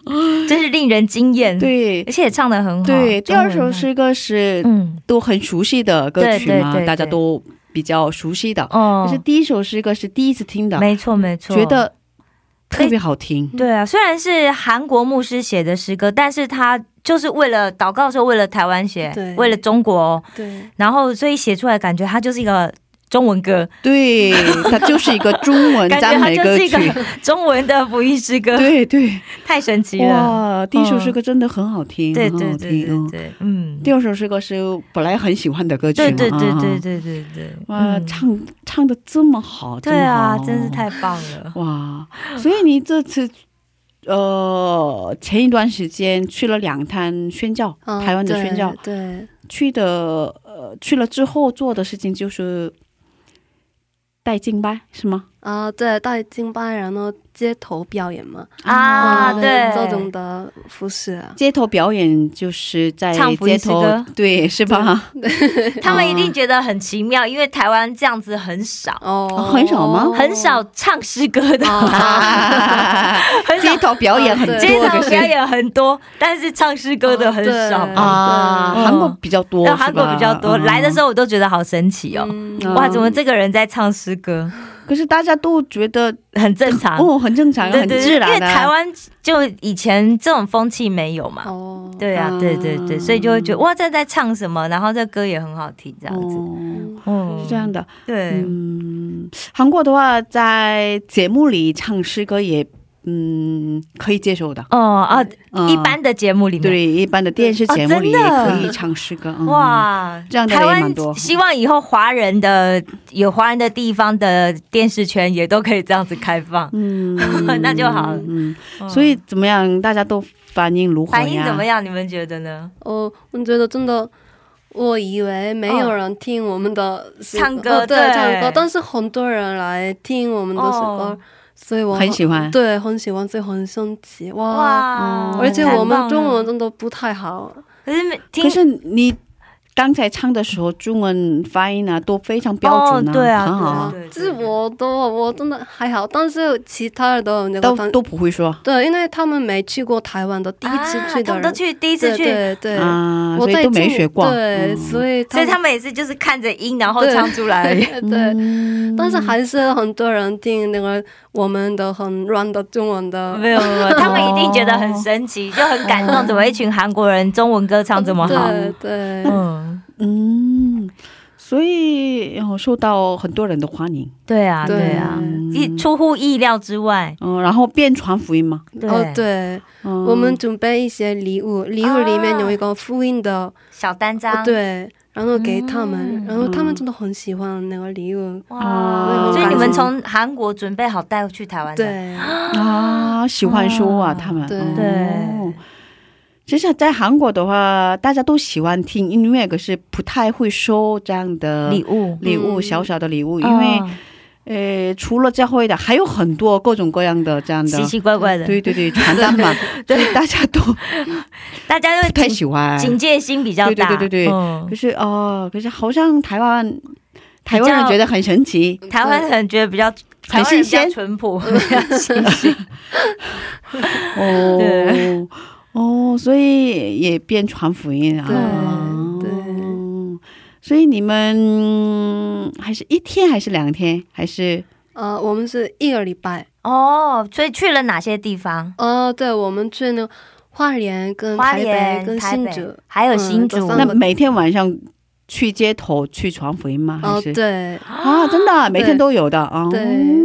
[SPEAKER 3] 真是令人惊 艳。，
[SPEAKER 2] 对
[SPEAKER 3] 而且也唱的很好。
[SPEAKER 2] 对，第
[SPEAKER 3] 中文
[SPEAKER 2] 二首
[SPEAKER 3] 啊，
[SPEAKER 2] 是个是
[SPEAKER 3] 嗯，
[SPEAKER 2] 都很熟悉的歌曲嘛，
[SPEAKER 3] 对对对对
[SPEAKER 2] 大家都比较熟悉的。
[SPEAKER 3] 哦
[SPEAKER 2] 可是第一首是歌是第一次听的，
[SPEAKER 3] 没错没错，
[SPEAKER 2] 觉得哎特别好听。
[SPEAKER 3] 对啊，虽然是韩国牧师写的诗歌，但是他就是为了祷告的时候，为了台湾写
[SPEAKER 4] 对，
[SPEAKER 3] 为了中国，哦
[SPEAKER 4] 对。
[SPEAKER 3] 然后所以写出来感觉它就是一个中文歌，
[SPEAKER 2] 对，它就是一个中文
[SPEAKER 3] 感觉
[SPEAKER 2] 赞
[SPEAKER 3] 它
[SPEAKER 2] 美
[SPEAKER 3] 就
[SPEAKER 2] 歌
[SPEAKER 3] 是一
[SPEAKER 2] 曲。
[SPEAKER 3] 个 中文的福音诗歌，
[SPEAKER 2] 对对，
[SPEAKER 3] 太神奇了。
[SPEAKER 2] 哇，第一首诗歌真的很好听，
[SPEAKER 3] 嗯对
[SPEAKER 2] 很
[SPEAKER 3] 对
[SPEAKER 2] 好
[SPEAKER 3] 对
[SPEAKER 2] 听。嗯
[SPEAKER 3] 对对，嗯，
[SPEAKER 2] 第二首诗歌是本来很喜欢的歌曲
[SPEAKER 3] 对
[SPEAKER 2] 嘛，
[SPEAKER 3] 对对
[SPEAKER 2] 啊
[SPEAKER 3] 对对对对，
[SPEAKER 2] 哇，
[SPEAKER 3] 嗯
[SPEAKER 2] 唱唱的这么好，
[SPEAKER 3] 对啊，
[SPEAKER 2] 么好
[SPEAKER 3] 真是太棒 了。
[SPEAKER 2] 哇！所以你这次，呃，前一段时间去了两摊宣教，
[SPEAKER 3] 嗯
[SPEAKER 4] 啊
[SPEAKER 2] 台湾的宣教，
[SPEAKER 4] 对对
[SPEAKER 2] 去的呃去了之后做的事情就是带敬拜是吗？
[SPEAKER 4] 啊，对，带敬拜，然后街头表演嘛，
[SPEAKER 3] 啊，
[SPEAKER 4] 嗯
[SPEAKER 3] 对，
[SPEAKER 4] 这种的服饰啊，
[SPEAKER 2] 街头表演就是在
[SPEAKER 3] 唱福音
[SPEAKER 2] 街
[SPEAKER 3] 诗
[SPEAKER 2] 头
[SPEAKER 3] 歌，
[SPEAKER 2] 对，是吧？
[SPEAKER 3] 他们一定觉得很奇妙，因为台湾这样子很少，
[SPEAKER 4] 哦
[SPEAKER 2] 很少吗
[SPEAKER 3] 很少唱诗歌的， 很少嗯
[SPEAKER 2] 街头表演很多，
[SPEAKER 4] 对
[SPEAKER 3] 街头
[SPEAKER 2] 可是
[SPEAKER 3] 表演很多，但是唱诗歌的很少
[SPEAKER 4] 对
[SPEAKER 2] 啊，
[SPEAKER 3] 嗯
[SPEAKER 2] 韩国比较多，嗯
[SPEAKER 3] 但韩国比较多。来的时
[SPEAKER 2] 候，
[SPEAKER 3] 候我都觉得好神奇哦，
[SPEAKER 4] 嗯
[SPEAKER 3] 哇，怎么这个人在唱诗歌？
[SPEAKER 2] 可是大家都觉得
[SPEAKER 3] 很正常，
[SPEAKER 2] 哦，很正常，
[SPEAKER 3] 啊对
[SPEAKER 2] 很
[SPEAKER 3] 对
[SPEAKER 2] 自
[SPEAKER 3] 对，因
[SPEAKER 2] 然啊
[SPEAKER 3] 为
[SPEAKER 2] 的。
[SPEAKER 3] 台湾就以前这种风气没有嘛。
[SPEAKER 4] 哦，
[SPEAKER 3] 对啊
[SPEAKER 2] 啊，
[SPEAKER 3] 对对对，所以就会觉得哇，这在唱什么？然后这歌也很好听，这样子，
[SPEAKER 2] 哦，
[SPEAKER 3] 嗯，
[SPEAKER 2] 是这样的。
[SPEAKER 3] 对，
[SPEAKER 2] 嗯，韩国的话，在节目里唱诗歌也嗯可以接受的，
[SPEAKER 3] 哦啊，
[SPEAKER 2] 嗯
[SPEAKER 3] 一般的节目里面，
[SPEAKER 2] 对一般的电视节目里也
[SPEAKER 3] 哦真的
[SPEAKER 2] 可以唱诗歌。嗯、，
[SPEAKER 3] 哇，
[SPEAKER 2] 这样的
[SPEAKER 3] 台
[SPEAKER 2] 人也
[SPEAKER 3] 湾
[SPEAKER 2] 蛮多
[SPEAKER 3] 希望以后华人的有华人的地方的电视圈也都可以这样子开放，
[SPEAKER 2] 嗯
[SPEAKER 3] 那就好了。
[SPEAKER 2] 嗯，所以怎么样？大家都反应如何呀？
[SPEAKER 3] 反应怎么样？你们觉得呢？
[SPEAKER 4] 哦，我觉得真的，我以为没有人听我们的诗
[SPEAKER 3] 哦
[SPEAKER 4] 歌
[SPEAKER 3] 唱歌
[SPEAKER 4] 哦对
[SPEAKER 3] 对
[SPEAKER 4] 唱歌，但是很多人来听我们的诗歌
[SPEAKER 3] 哦，
[SPEAKER 4] 所以我
[SPEAKER 2] 很喜欢
[SPEAKER 4] 对，很喜欢，所以很生气哇！
[SPEAKER 3] 哇
[SPEAKER 2] 嗯
[SPEAKER 4] 而且我们中文
[SPEAKER 3] 都哦
[SPEAKER 4] 真的不太好，
[SPEAKER 3] 可是
[SPEAKER 2] 可
[SPEAKER 3] 听
[SPEAKER 2] 是你刚才唱的时候，中文发音啊都非常标
[SPEAKER 3] 哦
[SPEAKER 2] 准，啊，
[SPEAKER 3] 对啊，
[SPEAKER 2] 很好啊，
[SPEAKER 3] 对对对
[SPEAKER 4] 就是我都我真的还好，但是其他的
[SPEAKER 3] 啊
[SPEAKER 4] 那个
[SPEAKER 2] 都
[SPEAKER 4] 方
[SPEAKER 2] 都不会说
[SPEAKER 4] 对，因为他们没去过台湾的，第一次去
[SPEAKER 3] 啊他
[SPEAKER 4] 的
[SPEAKER 3] 们
[SPEAKER 4] 人，
[SPEAKER 3] 都去第一次去，
[SPEAKER 4] 对对对，
[SPEAKER 2] 啊，
[SPEAKER 4] 我
[SPEAKER 2] 所以
[SPEAKER 4] 在
[SPEAKER 2] 都没
[SPEAKER 4] 中
[SPEAKER 2] 学过。嗯
[SPEAKER 4] 对，所以
[SPEAKER 3] 所以他们也是就是看着音然后
[SPEAKER 4] 对
[SPEAKER 3] 唱出来而已。
[SPEAKER 4] 对
[SPEAKER 2] 嗯
[SPEAKER 4] 对，但是还是很多人听那个我们的很乱的中文的，
[SPEAKER 3] 没有没有， 他们一定觉得很神奇，就很感动，怎么一群韩国人中文歌唱这么好？
[SPEAKER 4] 对对，
[SPEAKER 3] 嗯，
[SPEAKER 2] 嗯，所以然后受到很多人的欢迎。
[SPEAKER 3] 对啊，
[SPEAKER 4] 对
[SPEAKER 3] 对啊，
[SPEAKER 2] 嗯
[SPEAKER 3] 一出乎意料之外。
[SPEAKER 2] 嗯，然后变传福音嘛。
[SPEAKER 3] 对
[SPEAKER 4] 哦对，
[SPEAKER 2] 嗯、
[SPEAKER 4] 我们准备一些礼物，礼物里面有一个福音的，
[SPEAKER 3] 小单张，，
[SPEAKER 4] 对，然后给他们
[SPEAKER 3] 哦嗯，
[SPEAKER 4] 然后他们真的很喜欢那个礼物，
[SPEAKER 3] 哇！
[SPEAKER 2] 嗯
[SPEAKER 3] 哦所以你们从韩国准备好带去台湾的，
[SPEAKER 4] 对
[SPEAKER 2] 啊喜欢收啊，他们
[SPEAKER 4] 对
[SPEAKER 2] 哦其实，在韩国的话，大家都喜欢听音乐，可是不太会收这样的
[SPEAKER 3] 礼物，
[SPEAKER 2] 礼物，
[SPEAKER 4] 嗯
[SPEAKER 2] 小小的礼物，因为、
[SPEAKER 3] 嗯
[SPEAKER 2] 呃，除了教会的，还有很多各种各样的这样的
[SPEAKER 3] 奇，奇怪怪的，
[SPEAKER 2] 对对对，传单 嘛，所以大家都
[SPEAKER 3] 大家
[SPEAKER 2] 不
[SPEAKER 3] 就
[SPEAKER 2] 太
[SPEAKER 3] 警
[SPEAKER 2] 喜欢。
[SPEAKER 3] 警戒心比较
[SPEAKER 2] 对
[SPEAKER 3] 大，
[SPEAKER 2] 对对对对
[SPEAKER 3] 嗯
[SPEAKER 2] 可是哦，可是好像台湾台湾人觉得很神奇，
[SPEAKER 3] 台湾人觉得比较。台
[SPEAKER 2] 很
[SPEAKER 3] 湾人
[SPEAKER 2] 新
[SPEAKER 3] 比较
[SPEAKER 2] 鲜
[SPEAKER 3] 淳朴，比较 新鲜对
[SPEAKER 2] 哦 哦，所以也变传福音啊。
[SPEAKER 4] 对
[SPEAKER 2] 哦
[SPEAKER 4] 对。
[SPEAKER 2] 所以你们还是一天还是两天还是
[SPEAKER 4] 呃，我们是一个礼拜，
[SPEAKER 3] 哦。所以去了哪些地方？
[SPEAKER 4] 哦，对，我们去那个花莲、跟
[SPEAKER 3] 花
[SPEAKER 4] 台北、
[SPEAKER 3] 莲、
[SPEAKER 4] 跟
[SPEAKER 3] 台
[SPEAKER 4] 新
[SPEAKER 3] 北
[SPEAKER 4] 竹，，
[SPEAKER 3] 还有新
[SPEAKER 4] 嗯
[SPEAKER 3] 竹
[SPEAKER 4] 都。
[SPEAKER 2] 那
[SPEAKER 4] 算我
[SPEAKER 2] 每天晚上去街头去传福音吗？还
[SPEAKER 4] 哦，
[SPEAKER 2] 是、
[SPEAKER 4] 对，
[SPEAKER 2] 啊，真的每天都有的啊。
[SPEAKER 4] 对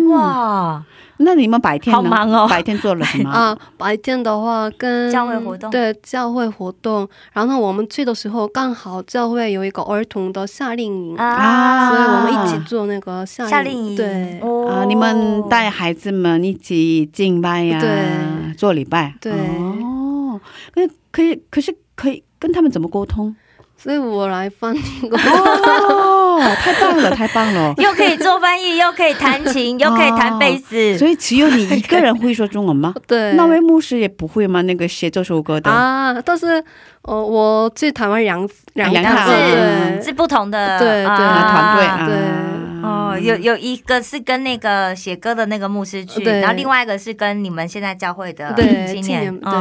[SPEAKER 2] 哦
[SPEAKER 3] 哇，
[SPEAKER 2] 那你们白天呢
[SPEAKER 3] 好忙 哦
[SPEAKER 2] 白天做了什么？
[SPEAKER 4] 啊，白天的话跟
[SPEAKER 3] 教会活动
[SPEAKER 4] 对教会活动，然后我们去的时候刚好教会有一个儿童的夏令营，
[SPEAKER 3] 啊，
[SPEAKER 4] 所以我们一起做那个夏
[SPEAKER 3] 夏
[SPEAKER 4] 令
[SPEAKER 3] 令营，
[SPEAKER 4] 对、
[SPEAKER 3] 哦
[SPEAKER 2] 啊，你们带孩子们一起敬拜呀、
[SPEAKER 4] 对
[SPEAKER 2] 做礼拜。
[SPEAKER 4] 对
[SPEAKER 2] 哦，那可以，可是可以跟他们怎么沟通？。
[SPEAKER 4] 所以我来翻译过
[SPEAKER 2] 哦，太棒了，太棒了！
[SPEAKER 3] 又可以做翻译，又可以弹琴，又可以弹贝斯，
[SPEAKER 2] 所以只有你一个人会说中文吗？
[SPEAKER 4] 对，
[SPEAKER 2] 那位牧师也不会吗？那个写这首歌的，
[SPEAKER 4] 啊，但是呃，我去台湾两次两
[SPEAKER 2] 两
[SPEAKER 4] 趟，
[SPEAKER 2] 趟
[SPEAKER 4] 对
[SPEAKER 3] 是不同的
[SPEAKER 4] 对对
[SPEAKER 2] 啊团队
[SPEAKER 4] 对
[SPEAKER 2] 啊，
[SPEAKER 3] 哦，有有一个是跟那个写歌的那个牧师去，
[SPEAKER 4] 对
[SPEAKER 3] 然后另外一个是跟你们现在教会的
[SPEAKER 4] 对
[SPEAKER 3] 青
[SPEAKER 4] 青年对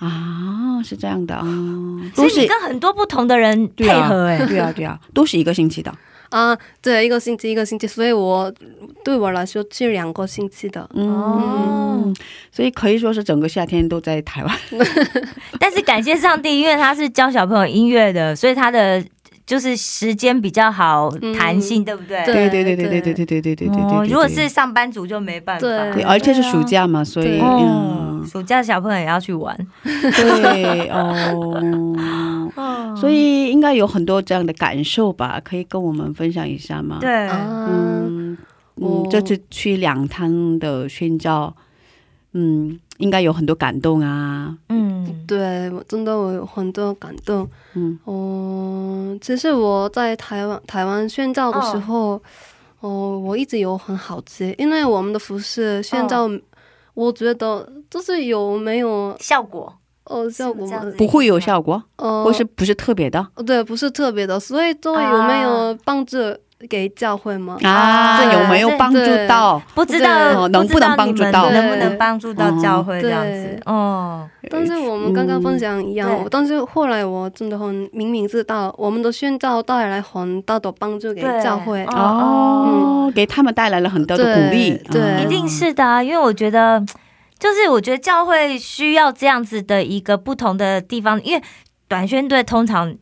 [SPEAKER 3] 嗯
[SPEAKER 2] 啊，是这样的啊，都
[SPEAKER 3] 所以你
[SPEAKER 2] 是
[SPEAKER 3] 跟很多不同的人
[SPEAKER 2] 对
[SPEAKER 3] 配
[SPEAKER 2] 啊
[SPEAKER 3] 合，哎，
[SPEAKER 2] 对啊，对啊，都是一个星期的。
[SPEAKER 4] 啊，对，一个星期一个星期，所以我对我来说去两个星期的，
[SPEAKER 3] 哦
[SPEAKER 2] 嗯，所以可以说是整个夏天都在台湾。
[SPEAKER 3] 但是感谢上帝，因为他是教小朋友音乐的，所以他的就是时间比较好
[SPEAKER 4] 嗯
[SPEAKER 3] 弹性，对不对？
[SPEAKER 2] 对
[SPEAKER 4] 对
[SPEAKER 2] 对对对对对对
[SPEAKER 4] 对
[SPEAKER 2] 对对对对
[SPEAKER 3] 哦
[SPEAKER 2] 对。
[SPEAKER 3] 如果是上班族就没办法，
[SPEAKER 4] 对
[SPEAKER 2] 对，而且是暑假嘛，所以
[SPEAKER 4] 对
[SPEAKER 3] 哦，
[SPEAKER 2] 嗯，
[SPEAKER 3] 暑假小朋友也要去玩，
[SPEAKER 2] 对哦， 所以应该有很多这样的感受吧，可以跟我们分享一下吗？，
[SPEAKER 3] 对，
[SPEAKER 4] 啊，
[SPEAKER 2] 嗯嗯
[SPEAKER 4] 我，
[SPEAKER 2] 这次去两趟的宣教，嗯，应该有很多感动啊，
[SPEAKER 3] 嗯，
[SPEAKER 4] 对，我真的我有很多感动。
[SPEAKER 2] 嗯，
[SPEAKER 4] 哦，其实我在台湾台湾宣教的时候，哦、我一直有很好奇，因为我们的服饰宣教，
[SPEAKER 3] 哦
[SPEAKER 4] 我觉得就是有没有
[SPEAKER 3] 效果
[SPEAKER 4] 呃效果
[SPEAKER 3] 是这样子
[SPEAKER 2] 不会有效果，
[SPEAKER 4] 呃，
[SPEAKER 2] 或是不是特别的
[SPEAKER 4] 对，不是特别的，所以就有没有帮助给教会吗？
[SPEAKER 2] 啊？
[SPEAKER 3] 对
[SPEAKER 2] 有没有帮助
[SPEAKER 4] 对
[SPEAKER 2] 到？
[SPEAKER 3] 不知道
[SPEAKER 2] 对能不能帮助到
[SPEAKER 3] 不知道你们能不能帮助到教会这
[SPEAKER 4] 对
[SPEAKER 3] 样子？哦，
[SPEAKER 4] 但是我们刚刚分享一样，
[SPEAKER 3] 嗯对
[SPEAKER 4] 但是后来我真的很明明知道，我们的宣教带来很大的帮助给
[SPEAKER 3] 对
[SPEAKER 4] 教会。
[SPEAKER 3] 哦
[SPEAKER 2] 哦，给他们带来了很多的鼓励，
[SPEAKER 4] 对
[SPEAKER 2] 啊
[SPEAKER 4] 对
[SPEAKER 3] 一定是的啊，因为我觉得，就是我觉得教会需要这样子的一个不同的地方，因为短宣队通常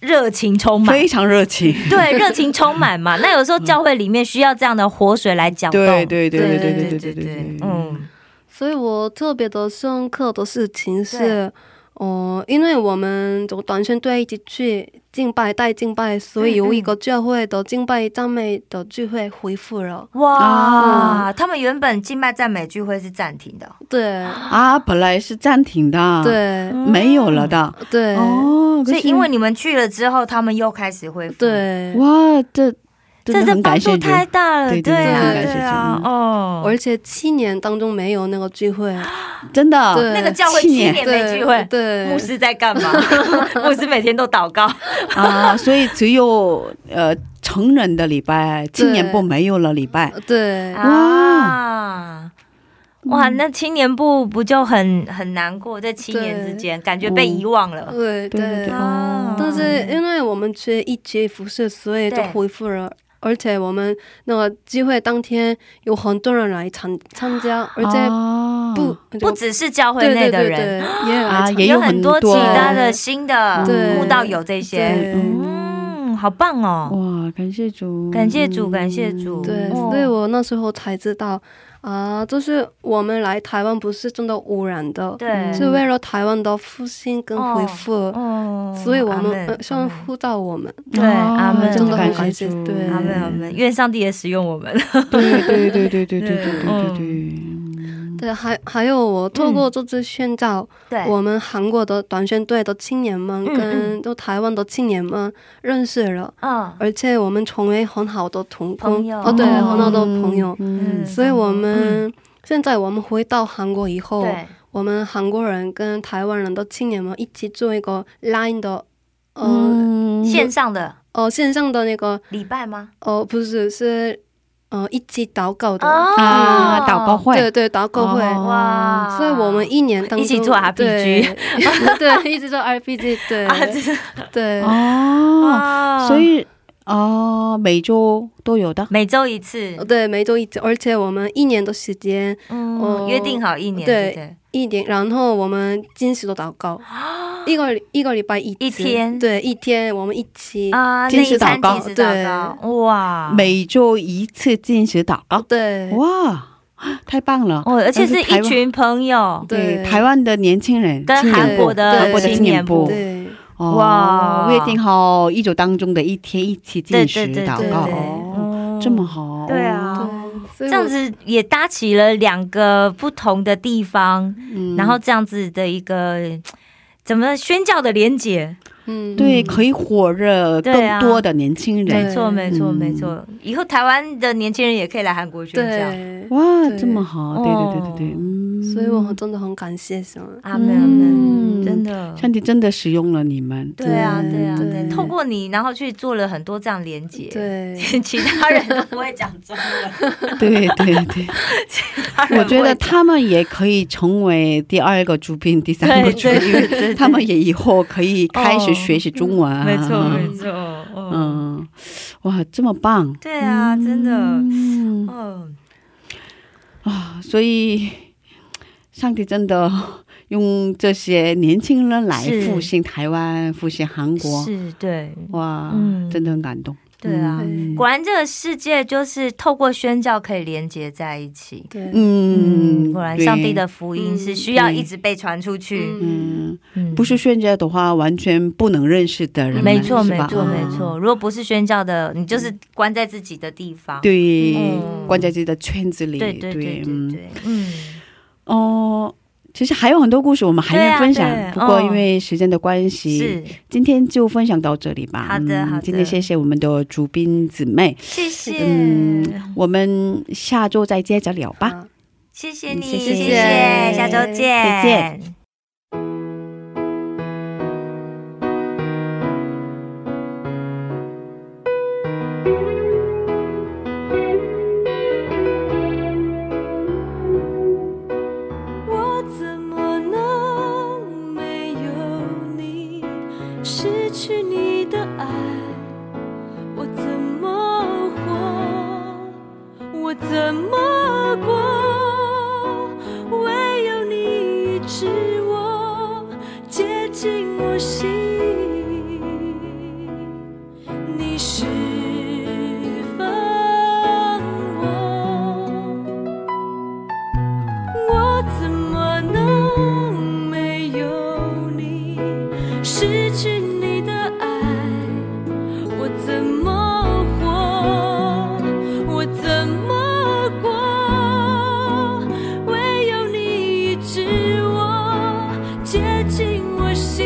[SPEAKER 3] 热情充满，
[SPEAKER 2] 非常热情。
[SPEAKER 3] 对，热情充满嘛。那有时候教会里面需要这样的活水来搅动，
[SPEAKER 2] 对对对对对对
[SPEAKER 3] 对
[SPEAKER 2] 对对对对，嗯
[SPEAKER 3] 嗯，
[SPEAKER 4] 所以我特别的深刻的事情是，哦、因为我们从短宣队一起去敬拜带敬拜，所以有一个教会的敬拜赞美的聚会恢复了。
[SPEAKER 3] 哇，他们原本敬拜赞美聚会是暂停的，
[SPEAKER 4] 对
[SPEAKER 2] 啊，本来是暂停的，，
[SPEAKER 4] 对
[SPEAKER 2] 没有了的。
[SPEAKER 4] 对
[SPEAKER 2] 哦，可
[SPEAKER 3] 嗯所以
[SPEAKER 2] 是
[SPEAKER 3] 因为你们去了之后，他们又开始恢复。，
[SPEAKER 4] 对，
[SPEAKER 2] 哇，这真的
[SPEAKER 3] 这
[SPEAKER 2] 很
[SPEAKER 3] 帮
[SPEAKER 2] 感谢
[SPEAKER 3] 助
[SPEAKER 2] 你。
[SPEAKER 3] 太大了，
[SPEAKER 2] 对对
[SPEAKER 3] 对啊，
[SPEAKER 4] 对
[SPEAKER 3] 对
[SPEAKER 2] 很感谢
[SPEAKER 3] 啊，
[SPEAKER 2] 主
[SPEAKER 3] 哦，
[SPEAKER 4] 而且七年当中没有那个聚会，
[SPEAKER 2] 真的，
[SPEAKER 4] 对
[SPEAKER 3] 那个教会
[SPEAKER 2] 七
[SPEAKER 3] 七
[SPEAKER 2] 年
[SPEAKER 3] 年没聚会，
[SPEAKER 4] 对，
[SPEAKER 3] 牧师在干 嘛？牧师每天都祷告，
[SPEAKER 2] 啊，所以只有呃成人的礼拜，青年部没有了礼拜。
[SPEAKER 3] 嗯
[SPEAKER 4] 对，
[SPEAKER 3] 啊，哇，
[SPEAKER 4] 嗯
[SPEAKER 3] 那青年部不就很很难过？这七年之间，感觉被遗忘了。
[SPEAKER 4] 对
[SPEAKER 2] 对对
[SPEAKER 4] 对
[SPEAKER 2] 对，。
[SPEAKER 3] 啊
[SPEAKER 4] 嗯哦但是因为我们去一级服饰，所以都
[SPEAKER 3] 对
[SPEAKER 4] 恢复了。而且我们那个聚会当天有很多人来参参加，而且
[SPEAKER 2] 啊
[SPEAKER 4] 不、
[SPEAKER 3] 哦不只是教会
[SPEAKER 4] 对
[SPEAKER 3] 内
[SPEAKER 4] 对
[SPEAKER 3] 的
[SPEAKER 4] 对
[SPEAKER 3] 人，
[SPEAKER 4] 对，也有来
[SPEAKER 2] 啊
[SPEAKER 4] 参
[SPEAKER 2] 也
[SPEAKER 3] 有
[SPEAKER 2] 有
[SPEAKER 3] 很
[SPEAKER 2] 很
[SPEAKER 3] 多
[SPEAKER 2] 多
[SPEAKER 3] 其他的新的
[SPEAKER 4] 对
[SPEAKER 3] 慕道友这些，
[SPEAKER 4] 对
[SPEAKER 3] 嗯，好棒哦！
[SPEAKER 2] 哇，感谢主，
[SPEAKER 3] 感谢主，感谢主，
[SPEAKER 4] 对，
[SPEAKER 3] 哦
[SPEAKER 4] 所以我那时候才知道啊、就是我们来台湾不是真的污染的，
[SPEAKER 3] 对，
[SPEAKER 4] 是为了台湾的复兴跟恢复，
[SPEAKER 3] 哦
[SPEAKER 4] 所以我
[SPEAKER 3] 阿
[SPEAKER 4] 们
[SPEAKER 3] 门
[SPEAKER 4] 呃上
[SPEAKER 3] 阿门
[SPEAKER 4] 呼到我们，
[SPEAKER 3] 对阿
[SPEAKER 2] 嗯
[SPEAKER 3] 门
[SPEAKER 2] 哦真的
[SPEAKER 4] 真的很
[SPEAKER 2] 感
[SPEAKER 4] 感
[SPEAKER 2] 谢
[SPEAKER 4] 谢
[SPEAKER 2] 主，
[SPEAKER 4] 对
[SPEAKER 3] 阿门阿门，愿上帝也使用我们。
[SPEAKER 2] 对对对对对对 对对对
[SPEAKER 3] 嗯
[SPEAKER 2] 对，
[SPEAKER 4] 对，还还有我透过这次宣教，
[SPEAKER 3] 对，
[SPEAKER 4] 我们韩国的短宣队的青年们
[SPEAKER 3] 嗯
[SPEAKER 4] 跟都台湾的青年们认识了，
[SPEAKER 3] 嗯
[SPEAKER 4] 而且我们成为很好的同
[SPEAKER 3] 朋
[SPEAKER 4] 工
[SPEAKER 3] 友嗯
[SPEAKER 4] 哦，对，
[SPEAKER 3] 哦
[SPEAKER 4] 很好的朋友，
[SPEAKER 2] 嗯，
[SPEAKER 4] 所以我们。现在我们回到韩国以后，
[SPEAKER 3] 对，
[SPEAKER 4] 我们韩国人跟台湾人的青年们一起做一个 Line 的，呃、
[SPEAKER 2] 嗯
[SPEAKER 3] 线上的
[SPEAKER 4] 呃线上的那个
[SPEAKER 3] 礼拜吗？
[SPEAKER 4] 呃不是是呃一起祷告的，
[SPEAKER 3] 哦
[SPEAKER 2] 啊祷告
[SPEAKER 4] 对
[SPEAKER 2] 会，
[SPEAKER 4] 对祷告会。
[SPEAKER 2] 哦
[SPEAKER 3] 哇，
[SPEAKER 4] 所以我们一年当中
[SPEAKER 3] 一起做 RPG
[SPEAKER 4] 对 对，一直做 RPG，对、
[SPEAKER 3] 啊，这是
[SPEAKER 4] 对、
[SPEAKER 2] 哦，
[SPEAKER 3] 啊
[SPEAKER 2] 所以哦，每周都有的，
[SPEAKER 3] 每周一次，
[SPEAKER 4] 对，每周一次，而且我们一年的时间
[SPEAKER 3] 嗯，
[SPEAKER 4] 哦
[SPEAKER 3] 约定好一年，
[SPEAKER 4] 对
[SPEAKER 3] 对
[SPEAKER 4] 一点，然后我们定时的祷告，一个一个礼拜一次
[SPEAKER 3] 啊一天
[SPEAKER 4] 对一天我们一
[SPEAKER 3] 不
[SPEAKER 4] 起
[SPEAKER 3] 对啊，那
[SPEAKER 2] 禁
[SPEAKER 3] 一
[SPEAKER 2] 食
[SPEAKER 3] 餐
[SPEAKER 2] 祷告
[SPEAKER 3] 禁食祷告，哇，
[SPEAKER 2] 每周一次进食祷告，
[SPEAKER 4] 对
[SPEAKER 2] 哇，太棒了！
[SPEAKER 3] 哦哦，而且是
[SPEAKER 2] 但是台
[SPEAKER 3] 一
[SPEAKER 2] 湾
[SPEAKER 3] 群朋友
[SPEAKER 2] 对，
[SPEAKER 4] 对
[SPEAKER 2] 台湾的年轻人，
[SPEAKER 3] 跟
[SPEAKER 2] 青年
[SPEAKER 3] 韩
[SPEAKER 2] 部
[SPEAKER 3] 国
[SPEAKER 4] 对
[SPEAKER 3] 的
[SPEAKER 2] 韩国的
[SPEAKER 3] 青
[SPEAKER 2] 青年
[SPEAKER 3] 部
[SPEAKER 2] 部，
[SPEAKER 4] 对
[SPEAKER 2] 哦
[SPEAKER 3] 哇
[SPEAKER 2] 约定好一周当中的一天一起
[SPEAKER 3] 对
[SPEAKER 2] 进食
[SPEAKER 3] 对对对
[SPEAKER 2] 祷
[SPEAKER 3] 对，
[SPEAKER 2] 告，哦，
[SPEAKER 3] 哦
[SPEAKER 2] 这么好，
[SPEAKER 3] 对啊
[SPEAKER 2] 哦，
[SPEAKER 3] 这
[SPEAKER 4] 对，所以
[SPEAKER 3] 样
[SPEAKER 4] 我
[SPEAKER 3] 子也搭起了两个不同的地方，
[SPEAKER 2] 嗯
[SPEAKER 3] 然后这样子的一个怎么宣教的连结，
[SPEAKER 4] 嗯，
[SPEAKER 2] 对可以火热
[SPEAKER 3] 对啊
[SPEAKER 2] 更多的年轻
[SPEAKER 3] 没
[SPEAKER 2] 人，
[SPEAKER 3] 错没错
[SPEAKER 2] 嗯
[SPEAKER 3] 没错，以后台湾的年轻人也可以来韩国宣教。
[SPEAKER 4] 对，
[SPEAKER 2] 哇，
[SPEAKER 4] 对
[SPEAKER 2] 这么好，对对对对对
[SPEAKER 3] 哦，
[SPEAKER 2] 嗯，
[SPEAKER 4] 所以我真的很感谢神。
[SPEAKER 3] 阿门阿门，
[SPEAKER 2] 嗯
[SPEAKER 3] 真的，
[SPEAKER 2] 上帝真的使用了你们，
[SPEAKER 3] 对啊
[SPEAKER 2] 真的
[SPEAKER 3] 对啊
[SPEAKER 4] 对
[SPEAKER 3] 对，透过你，然后去做了很多这样连接，，
[SPEAKER 4] 对，
[SPEAKER 3] 其他人都不会讲中文，
[SPEAKER 2] 嗯对对对，
[SPEAKER 3] 他人
[SPEAKER 2] 我
[SPEAKER 3] 不会
[SPEAKER 2] 觉得
[SPEAKER 3] 讲
[SPEAKER 2] 他们也可以成为第二个主宾、第三个
[SPEAKER 3] 对
[SPEAKER 2] 主
[SPEAKER 3] 对对对对
[SPEAKER 2] 宾，他们也以后可以开
[SPEAKER 3] 哦
[SPEAKER 2] 始学习中文啊，
[SPEAKER 3] 没错没错，嗯，
[SPEAKER 2] 嗯，哇，这么棒！
[SPEAKER 3] 对啊，真的，
[SPEAKER 2] 嗯
[SPEAKER 3] 嗯，
[SPEAKER 2] 啊，所以上帝真的用这些年轻人来
[SPEAKER 3] 是
[SPEAKER 2] 复兴台湾、复兴韩国，
[SPEAKER 3] 是，对，
[SPEAKER 2] 哇，
[SPEAKER 3] 嗯
[SPEAKER 2] 真的很感动。
[SPEAKER 3] 对啊
[SPEAKER 2] 嗯
[SPEAKER 3] 果然这个世界就是透过宣教可以连接在一起。
[SPEAKER 4] 对，
[SPEAKER 2] 嗯，
[SPEAKER 3] 果然
[SPEAKER 2] 对
[SPEAKER 3] 上帝的福音是需要一直被传出去，
[SPEAKER 4] 嗯，
[SPEAKER 2] 嗯，
[SPEAKER 3] 嗯
[SPEAKER 2] 不是宣教的话，完全不能认识的人们，
[SPEAKER 3] 没错
[SPEAKER 2] 是
[SPEAKER 3] 没
[SPEAKER 2] 吧
[SPEAKER 3] 错
[SPEAKER 2] 啊
[SPEAKER 3] 没错。如果不是宣教的，你就是关在自己的地方，
[SPEAKER 2] 对，
[SPEAKER 3] 啊嗯
[SPEAKER 2] 关在自己的圈子里，
[SPEAKER 3] 对对对对
[SPEAKER 2] 嗯，
[SPEAKER 3] 对，嗯，
[SPEAKER 2] 哦。其实还有很多故事我们还
[SPEAKER 3] 对啊
[SPEAKER 2] 能分享，
[SPEAKER 3] 对
[SPEAKER 2] 不过
[SPEAKER 3] 哦
[SPEAKER 2] 因为时间的关系，
[SPEAKER 3] 嗯是，
[SPEAKER 2] 今天就分享到这里吧。
[SPEAKER 3] 好的
[SPEAKER 2] 嗯
[SPEAKER 3] 好的
[SPEAKER 2] 今天谢谢我们的主宾姊妹，
[SPEAKER 3] 谢谢，
[SPEAKER 2] 嗯，我们下周再接着聊
[SPEAKER 3] 嗯
[SPEAKER 2] 吧。
[SPEAKER 4] 好
[SPEAKER 3] 谢谢你，
[SPEAKER 2] 嗯谢谢
[SPEAKER 3] 谢下周见，
[SPEAKER 2] 再见。
[SPEAKER 6] 我怎么能没有你？失去你的爱，我怎么活？我怎么过？唯有你医治我，接近我心。你释放我。我怎么能没有你？失去你的爱，我怎么活？我怎么过？唯有你医治我，接近我心。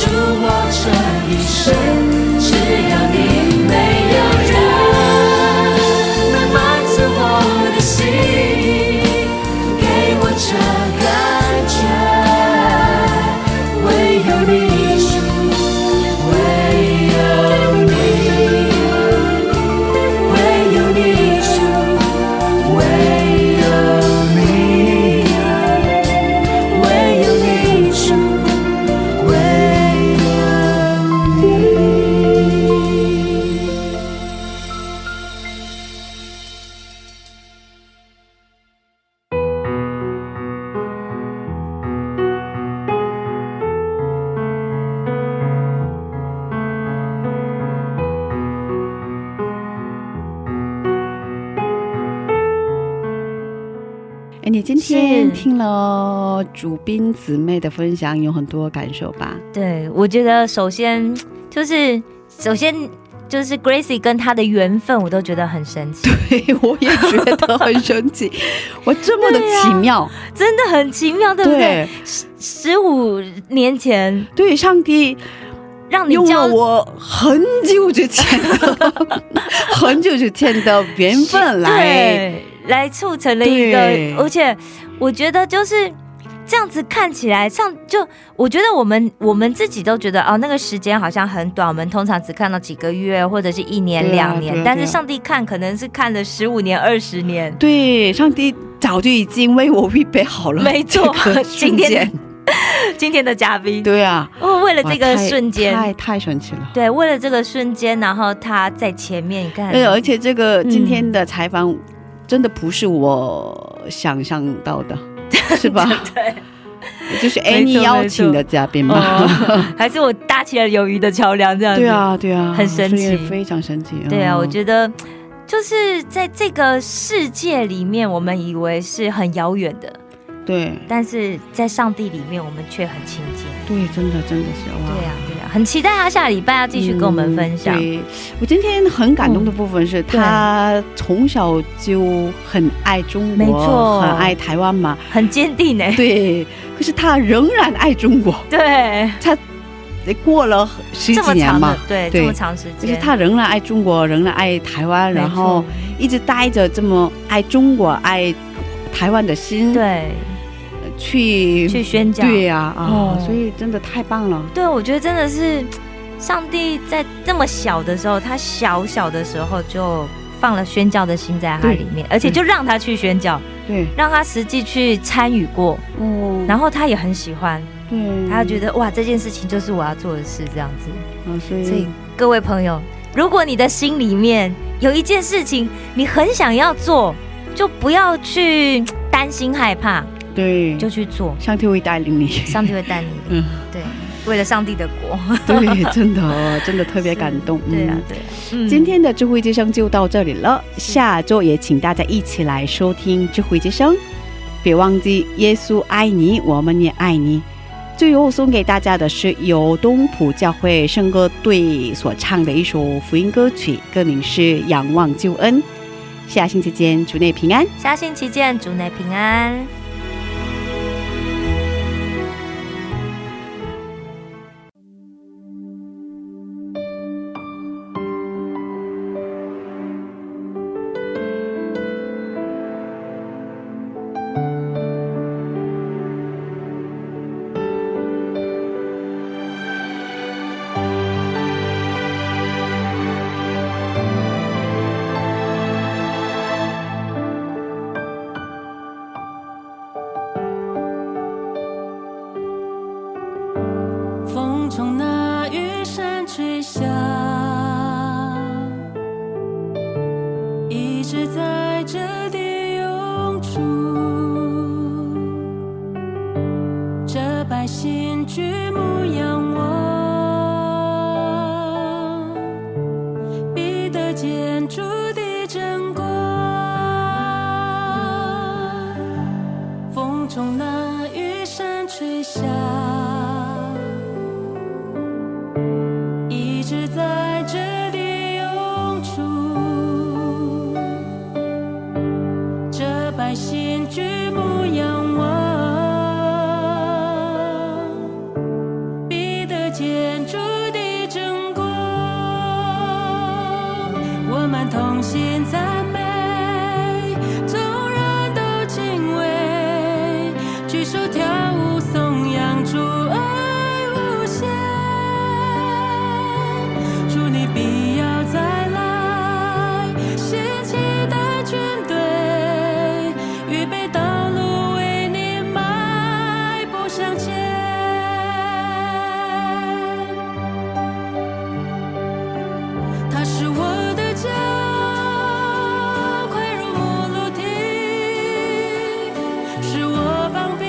[SPEAKER 1] 谁？只要你没有人能满足我的心，给我这感觉，唯有你是，唯有你，唯有你是，唯有你，唯有你是。唯有你。
[SPEAKER 2] 哎，你今
[SPEAKER 3] 是
[SPEAKER 2] 天听了主宾姊妹的分享，有很多感受 吧？
[SPEAKER 3] 对，我觉得首先就是首先就是 Gracie 跟她的缘分，我都觉得很神奇，
[SPEAKER 2] 对，我也觉得很神奇，我这么的奇妙，
[SPEAKER 3] 真的很奇妙，啊对不对？十五年前
[SPEAKER 2] 对，对，上帝
[SPEAKER 3] 让你
[SPEAKER 2] 用
[SPEAKER 3] 交
[SPEAKER 2] 了我很久之前的、 很久之前的缘分来，
[SPEAKER 3] 对来促成了一个
[SPEAKER 2] 对，
[SPEAKER 3] 而且我觉得就是这样子看起来，像就我觉得我们我们自己都觉得哦，那个时间好像很短，我们通常只看到几个月或者是一年
[SPEAKER 2] 对啊
[SPEAKER 3] 两年
[SPEAKER 2] 对啊，
[SPEAKER 3] 但
[SPEAKER 2] 对
[SPEAKER 3] 是
[SPEAKER 2] 啊
[SPEAKER 3] 上帝看可能是看了十五年二十年。
[SPEAKER 2] 对，上帝早就已经为我预备好了，
[SPEAKER 3] 没错今
[SPEAKER 2] 瞬
[SPEAKER 3] 天
[SPEAKER 2] 间，
[SPEAKER 3] 今天的嘉宾，
[SPEAKER 2] 对啊，
[SPEAKER 3] 哦，为了
[SPEAKER 2] 哇
[SPEAKER 3] 这个
[SPEAKER 2] 太
[SPEAKER 3] 瞬间，
[SPEAKER 2] 太太神奇了。
[SPEAKER 3] 对，为了这个瞬间，然后他在前面，你看，
[SPEAKER 2] 对，而且这个
[SPEAKER 3] 嗯
[SPEAKER 2] 今天的采访真的不是我想象到 的，是吧？
[SPEAKER 3] 对，
[SPEAKER 2] 就是
[SPEAKER 3] 没
[SPEAKER 2] Annie
[SPEAKER 3] 错
[SPEAKER 2] 邀请的嘉宾嘛。
[SPEAKER 3] 哦，还是我搭起了友谊的桥梁，这样子，
[SPEAKER 2] 对，啊，对啊，
[SPEAKER 3] 很神奇
[SPEAKER 2] 所以非常神奇。
[SPEAKER 3] 对啊，
[SPEAKER 2] 嗯
[SPEAKER 3] 我觉得就是在这个世界里面，我们以为是很遥远的，
[SPEAKER 2] 对
[SPEAKER 3] 但是在上帝里面，我们却很亲近。
[SPEAKER 2] 对，真的真的是哇。
[SPEAKER 3] 对啊，对啊，很期待他下礼拜要继续跟我们分
[SPEAKER 2] 嗯。
[SPEAKER 3] 享
[SPEAKER 2] 对我今天很感动的部分是、他从小就很爱中国，
[SPEAKER 3] 没错
[SPEAKER 2] 很爱台湾嘛。
[SPEAKER 3] 很坚定呢。
[SPEAKER 2] 对，可是他仍然爱中国。
[SPEAKER 3] 对，
[SPEAKER 2] 过了十
[SPEAKER 3] 这
[SPEAKER 2] 几
[SPEAKER 3] 么
[SPEAKER 2] 年
[SPEAKER 3] 长
[SPEAKER 2] 嘛
[SPEAKER 3] 的，，对，
[SPEAKER 2] 对
[SPEAKER 3] 这么长时
[SPEAKER 2] 就是
[SPEAKER 3] 间，
[SPEAKER 2] 他仍然爱中国，仍然爱台湾，然后
[SPEAKER 3] 没
[SPEAKER 2] 一直带着这么爱中国、爱台湾的心
[SPEAKER 3] 错对
[SPEAKER 2] 去
[SPEAKER 3] 去宣讲，
[SPEAKER 2] 对呀啊
[SPEAKER 3] 哦
[SPEAKER 2] 所以真的太棒了。
[SPEAKER 3] 对，我觉得真的是上帝在这么小的时候，他小小的时候就放了宣教的心在他里面，而且就让他去宣教，
[SPEAKER 2] 对，
[SPEAKER 3] 让他实际去参与过，
[SPEAKER 2] 嗯，
[SPEAKER 3] 然后他也很喜欢，
[SPEAKER 2] 对，
[SPEAKER 3] 他觉
[SPEAKER 2] 得
[SPEAKER 3] 得哇，这件事情就是我要做的事，这样子。
[SPEAKER 2] 啊，所
[SPEAKER 3] 所以
[SPEAKER 2] 以
[SPEAKER 3] 各位朋友，如果你的心里面有一件事情你很想要做，就不要去担心害怕，
[SPEAKER 2] 嗯对，
[SPEAKER 3] 就去做，
[SPEAKER 2] 上帝会带领你。
[SPEAKER 3] 上帝会带你的。
[SPEAKER 2] 嗯，
[SPEAKER 3] 对，为了上帝的国。
[SPEAKER 2] 对，真的真的特别感动。
[SPEAKER 3] 对啊
[SPEAKER 2] 嗯，
[SPEAKER 3] 对啊。嗯
[SPEAKER 2] 今天的智慧之声就到这里了，下周也请大家一起来收听智慧之声。别忘记，耶稣爱你，我们也爱你。最后送给大家的是由东普教会圣歌队所唱的一首福音歌曲，歌名是《仰望救恩》。下星期见，主内平安。
[SPEAKER 3] 嗯下星期见，主内平安。
[SPEAKER 6] 风从那玉山吹响，一直在这地涌出。这百姓举目仰望，必得见主的真光。风从那玉山吹响，一直在这里涌出。这百姓举目仰望，必得见主的真光。衷心赞美，众人都敬畏，举手跳舞颂扬主爱无限，主你必要再来，兴起的军队，预备道路为你迈步向前。他是我的家，快如母鹿蹄，是我膀臂，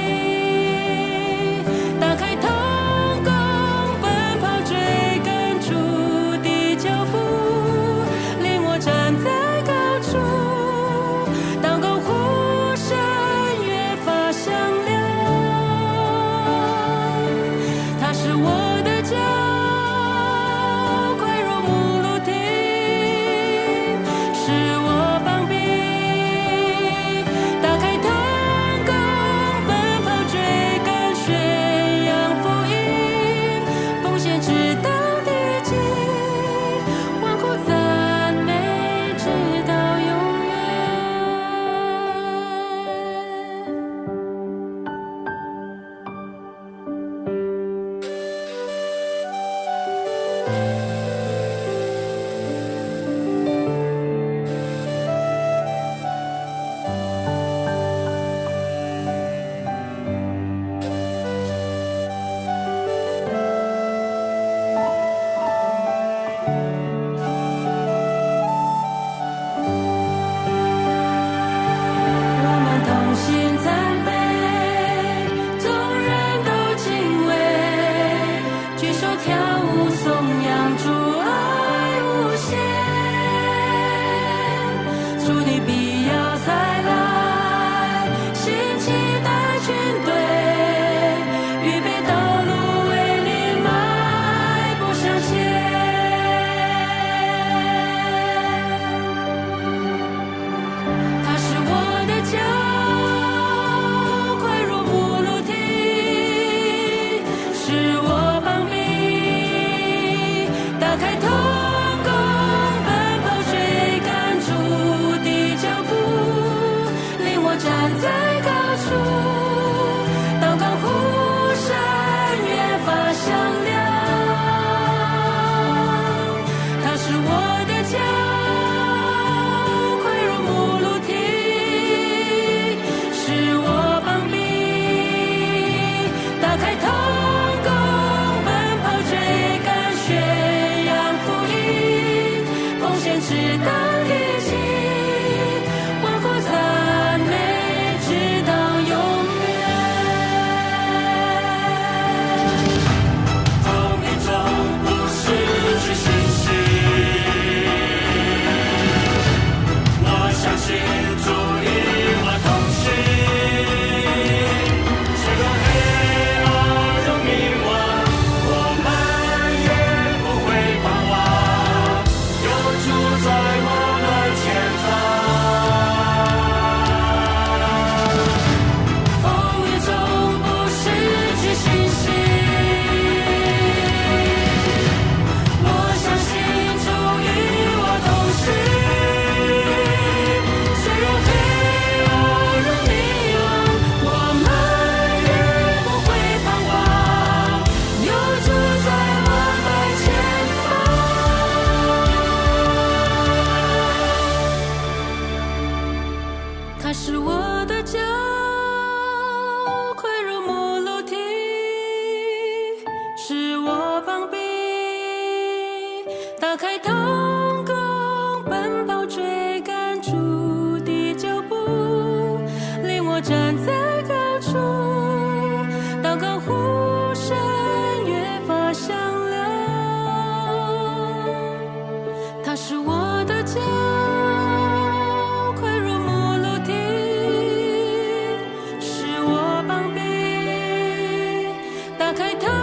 [SPEAKER 6] 打开瞳孔，奔跑追赶出的脚步，令我站在高处，祷告呼声越发响亮。它是我的家，快如母鹿蹄，是我膀臂，打开瞳孔，奔跑追赶，宣扬福音，奉献直到地极，万古赞美直到永远。我们同心赞美，众人都敬畏，举手跳舞颂扬主爱无限，主你必要再来，兴起的军队，预备道路为你迈步向前。它是我的家，快如母鹿蹄，是我膀臂，打开瞳孔，奔跑追赶出的脚步，令我站在高处，祷告呼声越发响亮。它是我的家，快如母鹿蹄，是我膀臂，打开瞳孔，奔跑追赶，宣扬福音，奉献直到地极，万古赞美直到永远。
[SPEAKER 7] 风雨中不失去信心，我相信主与我同行，虽有黑暗如迷惘，我们也不会彷徨，有主在我们前方。
[SPEAKER 6] 风雨中不失去信心，我相信主与我同行。虽然黑暗如迷惘，我们也不会彷徨，有主在我们前方。它是我的家，快如母鹿蹄，是我膀臂，打开瞳孔，奔跑追赶主的脚步，令我站在高处，祷告呼声越发响亮。它是我的家，快如母鹿蹄，是我膀臂，打开瞳